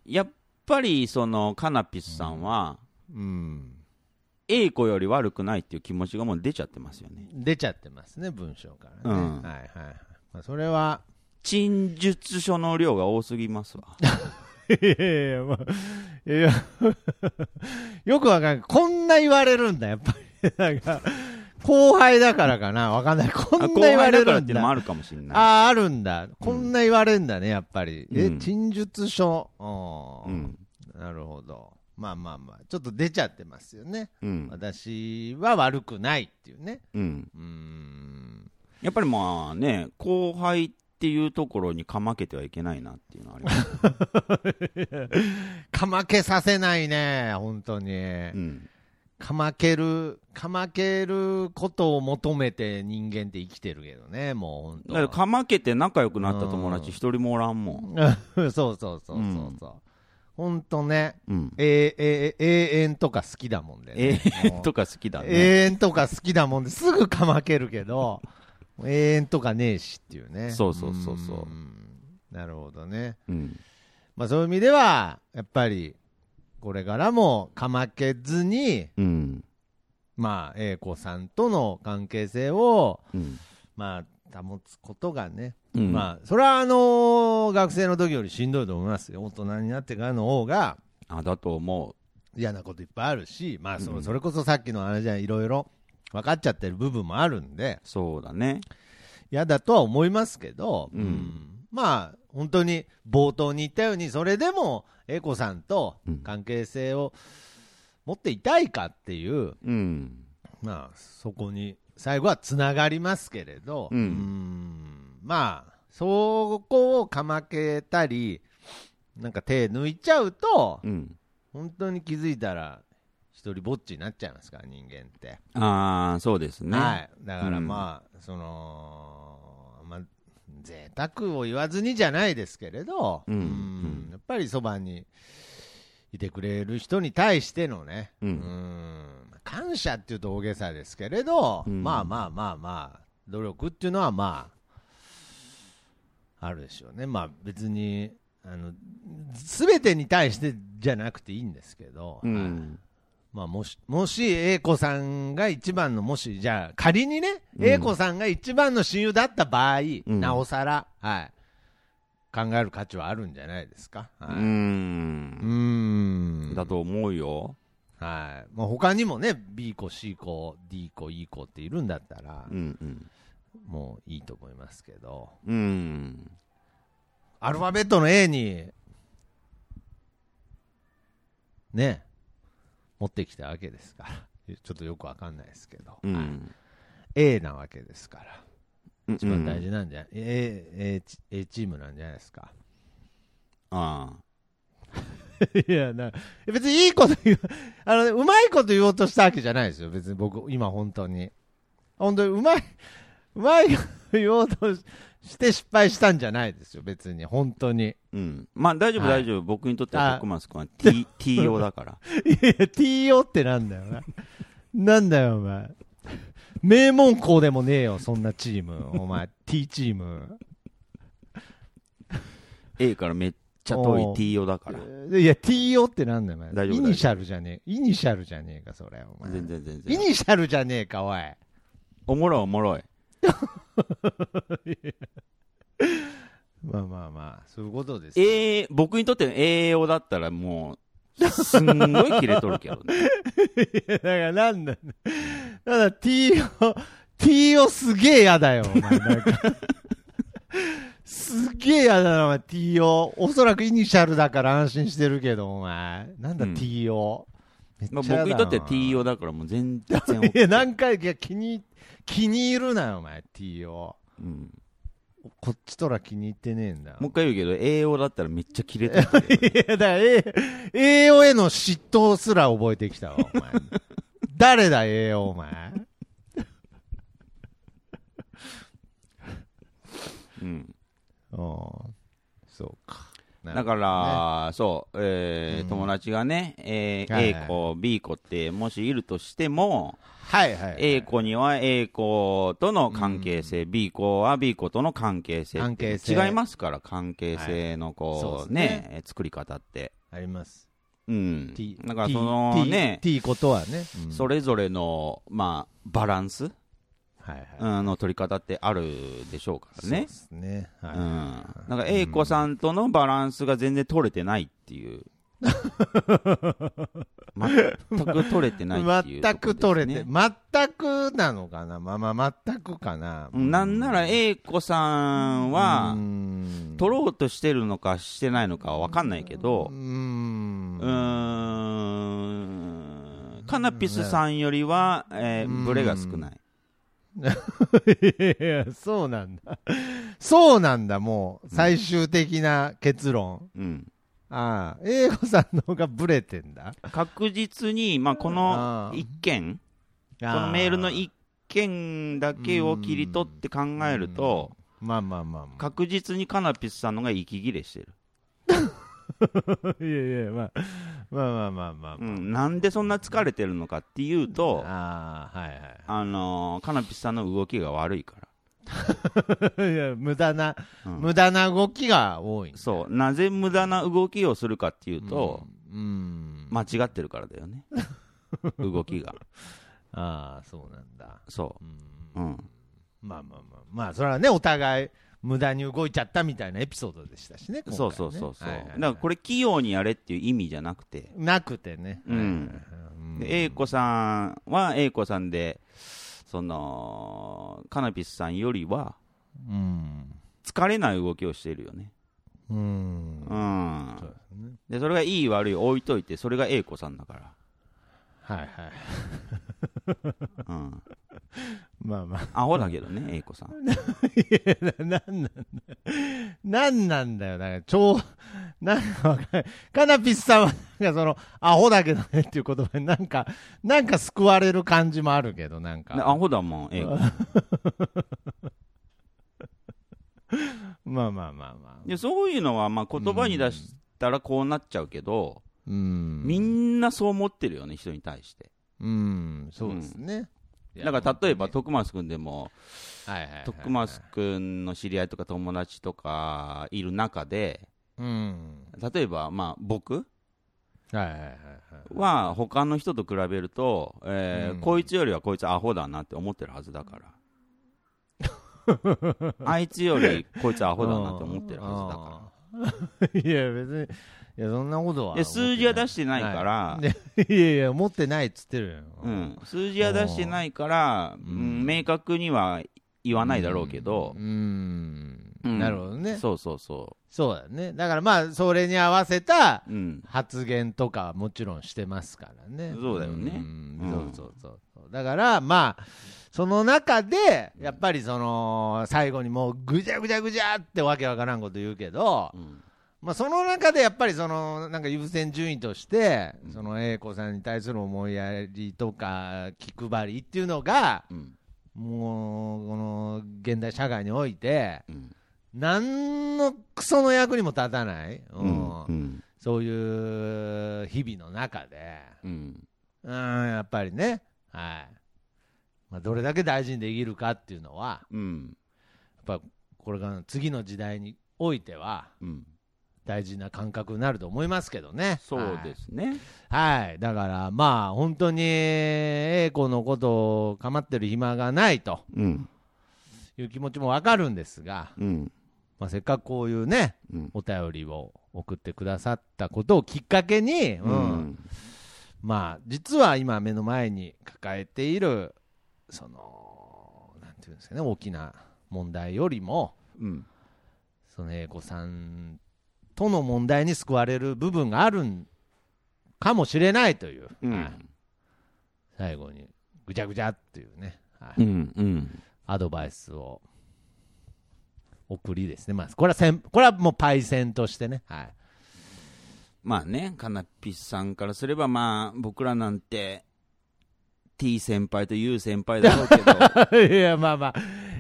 い。
やっぱり、その、カナピスさんは、
うん。
A 子より悪くないっていう気持ちがもう出ちゃってますよね。
出ちゃってますね、文章からね。
う
は
ん
いはいはい。まあ、それは、
陳述書の量が多すぎますわ。
いやいやいや、まあ、いや いやよくわかんない。こんな言われるんだ、やっぱり。なんか、後輩だからかな、わかんない。こん
あ
な
後
言わ
輩
れ
だから
る
っ
ん
ていうのも
だ。
あ
あ
るかもしれな
あー、あるんだ。こんな言われるんだね、やっぱり。え、
うん
陳述書。あ
い。うん。
ーなるほど。まあまあまあ、ちょっと出ちゃってますよね。
うん。
私は悪くないっていうね。
うん。
うーん。
やっぱりまあね、後輩っていうところにかまけてはいけないなっていうのはあ ります。
かまけさせないね、本当に。
うん。
かまける、かまけることを求めて人間って生きてるけどね、もう
だから
本
かまけて仲良くなった友達一人もおらんもん。
当。 そうそうそうそうそう。
うん
本当ね、
うん。
えええ永遠とか好きだもんで
永
ね。
遠とか好きだね。
永遠とか好きだもんですぐかまけるけど、永遠とかねえしっていうね。
そうそうそうそうん
なるほどね。
うん。
まあそういう意味では、やっぱり、これからもかまけずに、
うん。
まあ、英子さんとの関係性を、
うん。
まあ、保つことがね、
うん
まあ、それはあのー学生の時よりしんどいと思いますよ、大人になってからの方が
あ、だと思
嫌なこといっぱいあるし、まあ、そ
うん
のそれこそさっきの話じゃいろいろ分かっちゃってる部分もあるんで、
う。そうだね。
嫌だとは思いますけど、
うん
うんまあ、本当に冒頭に言ったように、それでも英子さんと関係性を持っていたいかっていう、
うん。
まあ、そこに最後はつながりますけれど、
うん
んまあ、そこをかまけたり、なんか手抜いちゃうと、
うん。
本当に気づいたら、一人ぼっちになっちゃいますから、人間って。
ああ、そうですね。
はい、だから
うん
まあ、その、まあ、贅沢を言わずにじゃないですけれど、
うん
ん
うん
やっぱりそばにいてくれる人に対してのね、
うん
ん感謝っていうと大げさですけれど、
うん
まあまあまあまあ、努力っていうのはまあ、あるでしょうね、まあ別に。あの全てに対してじゃなくていいんですけど、
う
はい
ん。
まあ、もし、もし、英子さんが一番の、もし、じゃあ、仮にね、
うん
英子さんが一番の親友だった場合、
うん
なおさら、はい、考える価値はあるんじゃないですか。
う
はい、うー
ん。
ん。
だと思うよ。
はい。まあ、他にもね、B 子、C 子、D 子、E 子っているんだったら、
うんうん。
もういいと思いますけど、
うん。
アルファベットの A に、ね、持ってきたわけですから、ちょっとよくわかんないですけど。
う
はい
ん。
A なわけですから、
うん
一番大事なんじゃ、A, A, チ A チームなんじゃないですか。
あ
いやな、別にいいこと言う、 あのね、うまいこと言おうとしたわけじゃないですよ、別に僕、今、本当に。本当にうまい、うまいこと言おうとしして失敗したんじゃないですよ、別に、本当に。
あ。うん。まあ大丈夫
はい
大丈夫。僕にとっては徳松君は T、T 用だから。
いや、TO ってなんだよな。 なんだよ、お前。名門校でもねえよ、そんなチーム。お前、T チーム。
A からめっちゃ遠い T 用だから。
いや、TO ってなんだよ、お前。
大丈夫
イニシャルじゃねえ。イニシャルじゃねえか、それ、お前。
全然全
イ
然。
ニシャルじゃねえか、おい。
おもろいおもろい。
まあまあまあ、そういうことです。
A、僕にとっての A 用だったらもう、すんごい切れとるけど ね。
だから、なんだ、なんだ、TO、TO すげえ嫌だよ、お前。なんかすげえ嫌だな、お前、TO。おそらくイニシャルだから安心してるけど、お前。なんだ、
うん
TO。めっちゃ
まあ、
嫌だな
僕にとっては T 用だからもう全 然 OK
いや、何回、いや、気に、気に入るなよ、お前、TO。
うん。
こっちとら気に入ってねえんだよ。
もう一回言うけど、栄養だったらめっちゃ切れ てるけどね。
いや、だから、え栄養への嫉妬すら覚えてきたわ、お前。誰だ、栄養、お前。
う
う
ん。
ん。そうか。
だから、そう、えー
うん
友達がね、えー
はい
A 子、B 子ってもしいるとしても、
はいはい、はい。
A 子には A 子との関係性、B 子は B 子との関係性
関係性
違いますから、関係性の
そう
こ
っ
う、
すね
ね、えー作り方って。
あります。
うん。
T、
だからその
T-
ね、
T, T ことはね。うん
そ。れぞれの、まあ、バランス、
はいはい。
うん、の取り方ってあるでしょうから
そう
ね
で。すね。はい。
うん。なんか、A 子さんとのバランスが全然取れてないっていう全く取れてないっていう、
全く取れて、
ね。
全くなのかな、まあまあ、全くかな。
なんなら、英子さんは
う、ん
取ろうとしてるのかしてないのかは分かんないけど
う、
うんーん、カナピスさんよりは、えーブレが少ない。
いやいやそうなんだ。そうなんだ、もう、最終的な結論。
うん。
ああ、英語さんの方がブレてんだ。
確実に、まあ、この
あー
一件、
こ
このメールの一件だけを切り取って考えると、
まあまあまあ、ま
確実にカナピスさんのが息切れしてる。
あ。いやいや、まあ、まあまあまあまあ
う
ま
ん、なんでそんな疲れてるのかっていうと、
あ。ああ、はいはい。
あのーカナピスさんの動きが悪いから。
いや無駄な、
うん
無駄な動きが多い
そう。なぜ無駄な動きをするかっていうと、
うん、
間違ってるからだ よね。動きが。
ああそうなんだ
そうう。
ん
うん。
まあまあまあまあそれはねお互い無駄に動いちゃったみたいなエピソードでしたしね今回ね
そうそうそうそう。
はいはいはい
だからこれ器用にやれっていう意味じゃなくて、
なくてね
うん。で A 子さんは A 子さんで、その、カナピスさんよりは、
うん
疲れない動きをしているよね。
うん
うん
そう。ですね
で、それがいい悪い置いといて、それが A 子さんだから。
はいはい
うん。
まあまあ
アホだけどね、A 子さん。
いや ななんなんだなんなんだよだから超 なんかわかんないカナピスさんはなんかそのアホだけどねっていう言葉になんかなんか救われる感じもあるけどなん か
でアホだもん、A 子さん。
まあまあまあまあ
で、そういうのは、まあ、言葉に出したらこうなっちゃうけど、
うん
みんなそう思ってるよね、人に対して。
うんそうですね、
だから、例えば、徳松くんでも、
はいはいはいはい
徳松くんの知り合いとか友達とかいる中で、
うん
例えば、まあ、僕
はいはいはいはい
は他の人と比べると、えー
うん
こいつよりはこいつアホだなって思ってるはずだから。 あいつよりこいつアホだなって思ってるはずだから。
ずだから いや別にいやそんなことは
で数字は出してないから、
らいやいや持ってないっつってるよ
うん、数字は出してないから、
ん
うん明確には言わないだろうけど
う、ん、
うん
なるほどねそう
そうそうそ
だねだからまあそれに合わせた
う、うん、
発言とかはもちろんしてますからね
そうだよね
ん
うん
そうそうそうそうだからまあその中でやっぱりその最後にもうぐちゃぐちゃぐちゃってわけわからんこと言うけど、
うん
まあ、その中でやっぱりそのなんか優先順位としてその A 子さんに対する思いやりとか気配りっていうのが
うん
もうこの現代社会において
うん
何のクソの役にも立たない、
う
うん
んうん
そういう日々の中で、
うん
うん、やっぱりね、はいまあ、どれだけ大事にできるかっていうのは、
うん
やっぱこれからの次の時代においては、
うん
大事な感覚になると思いますけどね。
そうですね、
はい、はいだからまあ、本当に A 子のことを構ってる暇がないと
うん
いう気持ちもわかるんですが、
うん
まあ、せっかくこういうね、
うん
お便りを送ってくださったことをきっかけに、
う
うん
ん
まあ実は今目の前に抱えているそのなんていうんですかね大きな問題よりも
うん
その英子さんとの問題に救われる部分があるんかもしれないという、
うん
はい最後にぐちゃぐちゃっていうね、はい
うんうん
アドバイスを送りですね、まあ、これはせんこれはもうパイセンとしてね、はい、
まあねカナピスさんからすればまあ僕らなんて T 先輩と U 先輩だろうけ
い
ど
や、まあまあ、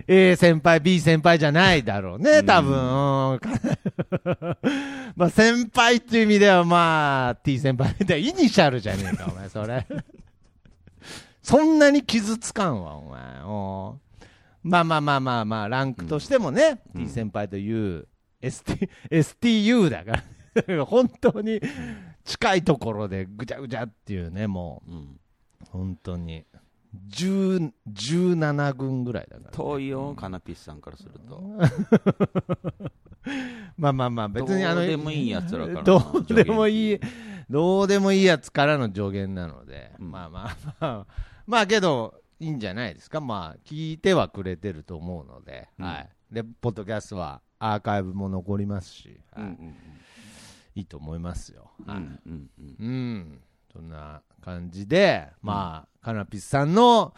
A 先輩、B 先輩じゃないだろうね、多分。 うんまあ、先輩っていう意味では、まあ、T 先輩みたいな、イニシャルじゃねえか、お前、それ。 そんなに傷つかんわ、お前。おうまあまあまあまあまあ、ランクとしてもね、T 先輩と U、ST、STU だから。だから 本当に近いところでぐちゃぐちゃっていうね、もう。
うん
本当に10 17軍ぐらいだから、
遠いよカナピスさんからすると
まあまあまあ別にあの
どうでもいいやつらから
どうでもいいどうでもいいやつからの助言なので、
うん
まあまあまあ、まあけど、いいんじゃないですか、まあ、聞いてはくれてると思うので、
うん
はい、で、ポッドキャストはアーカイブも残りますし、
う
はい
んうん
いいと思いますよ。
う
はい
んうんうん
うん、そんな感じで、まあ、カナピスさんの、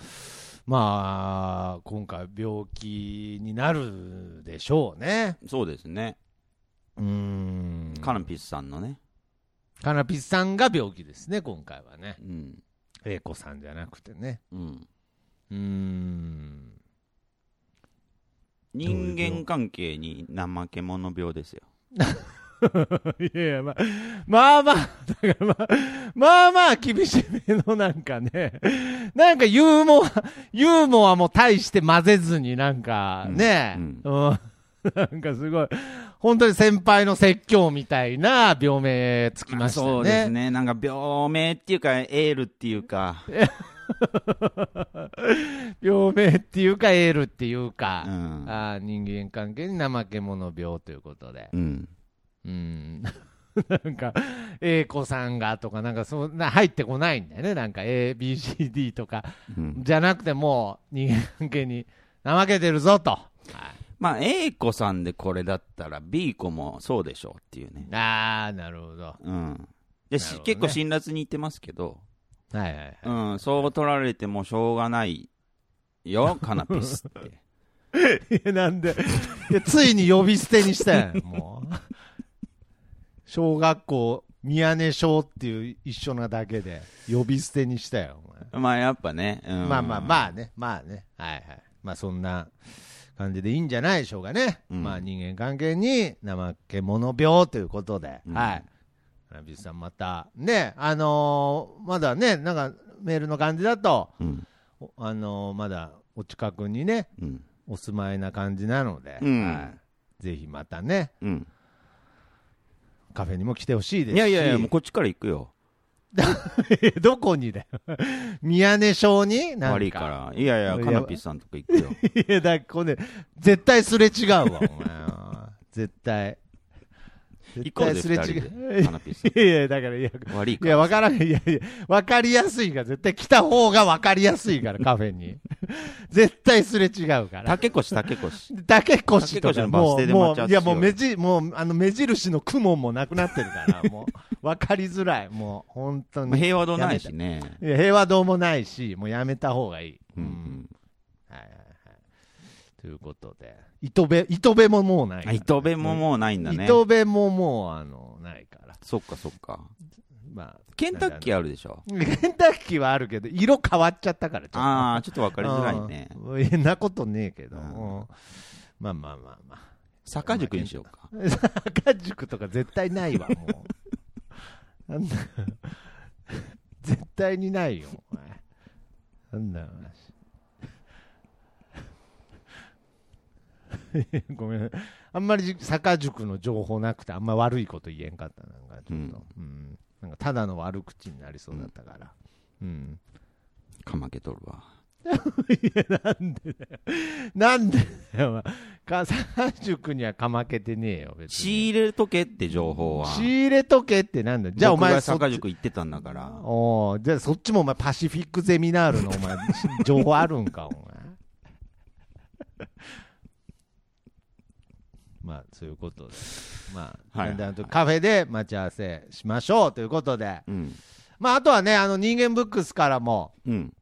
まあ、今回、病気になるでしょうね。
そうですね、
うん
カナピスさんのね、
カナピスさんが病気ですね、今回はね。
うん
英子さんじゃなくてね。
うん、
うん。
人間関係に怠け者病ですよ、
いやいや、まあ、まあま あ、だからまあ、まあまあ厳しめのなんかね、なんかユーモア、ユーモアも大して混ぜずになんかね、う、
うん
なんかすごい、本当に先輩の説教みたいな病名つきましたね。
そうですね、なんか病名っていうか、エールっていうか、
病名っていうか、エールっていうか、
うん
あー人間関係に怠け者病ということで。
うん、
うん。なんか、A 子さんがとか、なんかそんな入ってこないんだよね。なんか A、B、C、D とか、
うん
じゃなくてもう人間関係に怠けてるぞと。
まあ、A 子さんでこれだったら、B 子もそうでしょうっていうね、
あー、なるほど。は
うんで
な
し
るほどね
結構辛辣に言ってますけど、
いはいはい。
うん、そう取られてもしょうがないよ、カナピスって。
いやなんで、いやついに呼び捨てにしたやん、もう。小学校、宮根小っていう一緒なだけで、呼び捨てにしたよ、お前。
まあやっぱね、うん
まあまあまあね、まあね、はいはい。まあそんな感じでいいんじゃないでしょうかね。
うん
まあ人間関係に怠け者病ということで、
うん
はい。ラビスさんまた、ね、あのーまだね、なんかメールの感じだと、
うん
おあのーまだお近くにね、
うん
お住まいな感じなので、
うん
はい、ぜひまたね、
うん
カフェにも来てほしいですし。
いやいやい や、もうこっちから行くよ、
どこにだよ。宮根省になん
悪いから。いやい
い
や、
や
カナピスさんとか行く よ。
いや、だこれ、絶対すれ違うわ、お前。絶対。
行こうぜ、二人で。カナ ピスさ
いやいや、だから、いや、
ん。悪い
い
か
や、
ら。
わからない。いやいや、わかりやすいが、絶対来た方がわかりやすいから、カフェに。絶対すれ違うから。
竹越、竹 越。
竹越と
竹越
か
の
も
バス
う、
停で待
も
ち合
う、い
わせしよ
や、
う
もう目じ、もう、あの、目印の雲もなくなってるから、もう、わかりづらい。もう、本当
まあ
に。
平和堂ないしね。
いや平和どうもないし、もうやめた方がいい。う
う
ん
ん
はいはいはい。ということで、糸部、糸部ももうない
うん
か
あ
ら。
糸部も
う
もうないんだね。
糸部ももう、あの、ないから。
そっかそっか。
まあ、
ケンタッキーあるでしょ。
ーケンタッキーはあるけど、色変わっちゃったから、ちょっと。
ああ、ちょっとわ
あ
かりづらいね。
いね。変なことねえけど。
う
うんんまあまあまあまあ。
坂塾にしようか。
赤塾とか絶対ないわ、もう。なんだ絶対にないよ、お前。なんだよ話ごめん。あんまり坂塾の情報なくて、あんま悪いこと言えんかった。なんかちょっと、う
うんん
なんかただの悪口になりそうだったから。うん
かまけとるわ。
なんでだよ、お前か坂塾にはかまけてねえよ、別
仕
に。
入れとけって情報は。
仕入れとけってなんだよじゃあお
僕
前
が
そっ
坂
ち
塾行ってたんだから。
おおじゃあそっちもお前パシフィックゼミナールのお 前情報あるんかお前まあそういうことでまあ、
はい
だんだんとカフェで待ち合わせしましょうということで
うん。
まああとはねあの人間ブックスからも
うん。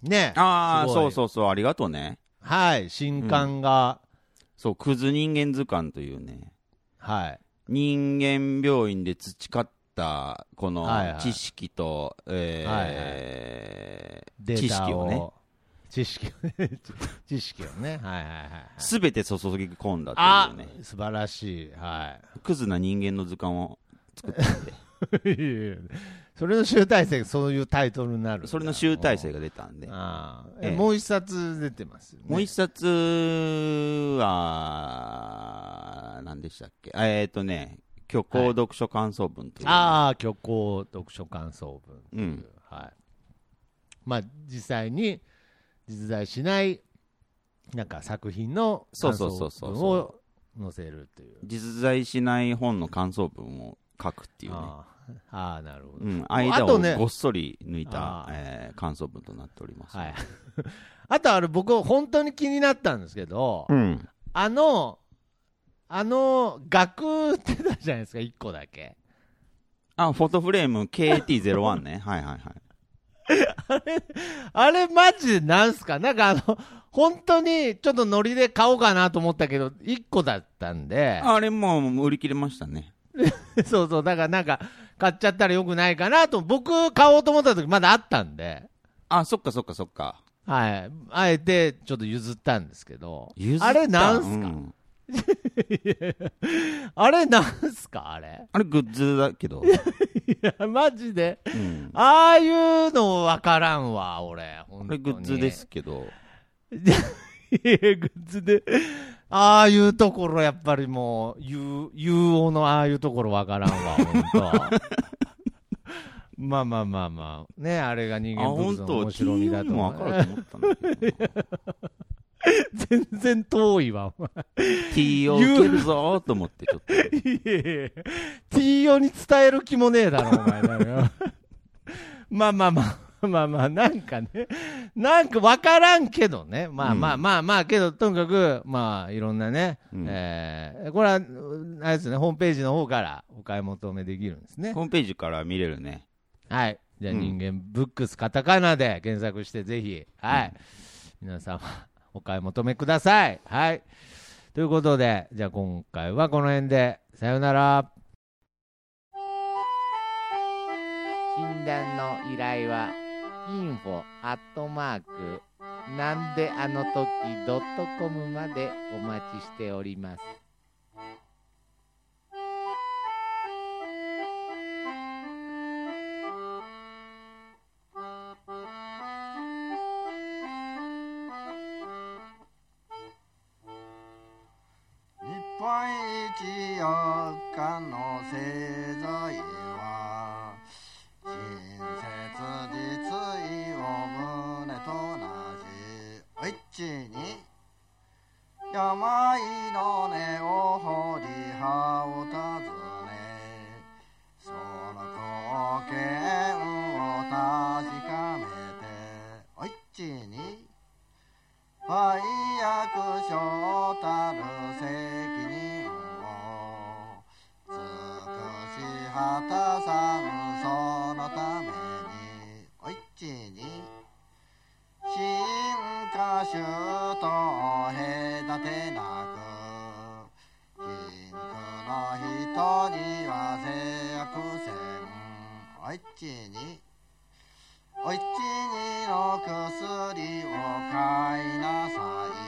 ね
ああ、
すごい
そうそうそう、ありがとうね。
はい新刊が、
そう、クズ人間図鑑というね、
はい
人間病院で培った、この
はいはい
知識と、えー
デ
知
ー
識
タ
をね、
を知識をね 知識をねはいはいはいはい
すべて注ぎ込んだ
あ
というね、
素晴らしいはい
クズな人間の図鑑を作ったんで、
いやいやいやそれの集大成そういうタイトルになるんだ
それの集大成が出たんで、
ああえ
ええ
もう一冊出てますよね
もう一冊は、何でしたっけ、あえっ、とね、虚構読書感想文という、
ああ虚構読書感想文っていう、
うん
はいまあ実際に実在しないなんか作品の
そう
感
そう
想
そうそう
文を載せるという
実在しない本の感想文を書くっていうね。
あーあー、なるほど。
うん、間
あ
を
とね
ごっそり抜いた
あ、ー
えー感想文となっております。
はい。 あと、あれ、僕、本当に気になったんですけど、
うん。
あの、あの、額ってたじゃないですか、1個だけ。
あ、フォトフレーム KT01 ね。はい はいはい。
あれ、マジでなんすかなんかあの、本当にちょっとノリで買おうかなと思ったけど、1個だったんで、
あれもう売り切れましたね。
そうそう、だからなんか、買っちゃったらよくないかなと、僕、買おうと思った時まだあったんで、
あ、そっかそっかそっか。
はい。あえて、ちょっと譲ったんですけど、
譲った
あれなんすか、
うん
あれなんすかあれ。
あれグッズだ けど。
いや、マジで。
うん
ああいうの分からんわ、俺。
あ
本当
れ
に
グッズです。けど。
いやグッズで。ああいうところ、やっぱりもう、ゆう、うおのああいうところ分からんわ、本当 まあまあまあまあ。ね、あれが人
あ、
間ブ
本
ーの
当
面白みだ
T4
と
も
思
分
う。
かると思ったんだけど。
全然遠いわ、お前
T を受けるぞーと思って ちょっと。
いやいやいや T おに伝える気もねえだろ、お前だよ。まあまあまあ、まあまあ、なんかね、なんか分からんけどね、まあ
うん
まあまあまあ、けど、とにかく、まあ、いろんなね、
うん
えーこれは、うんあれですね、ホームページの方からお買い求めできるんですね。
ホームページから見れるね。
はい。じゃあ、
うん
人間ブックス、カタカナで検索して、ぜひ、はい。皆様、お買い求めください。はい。ということで、じゃあ今回はこの辺で、さようなら。診断の依頼は、info アットマーク、なんであの時ドットコムまでお待ちしております。
日本一四日の製材は親切実意を胸となし一に病の根を掘り葉を尋ねその貢献を確かめて一に愛役所たる責任を尽くし果たさんそのためにおいちに進化種と隔てなく貧苦の人には制約せんおいちにおいちにの薬を買いなさい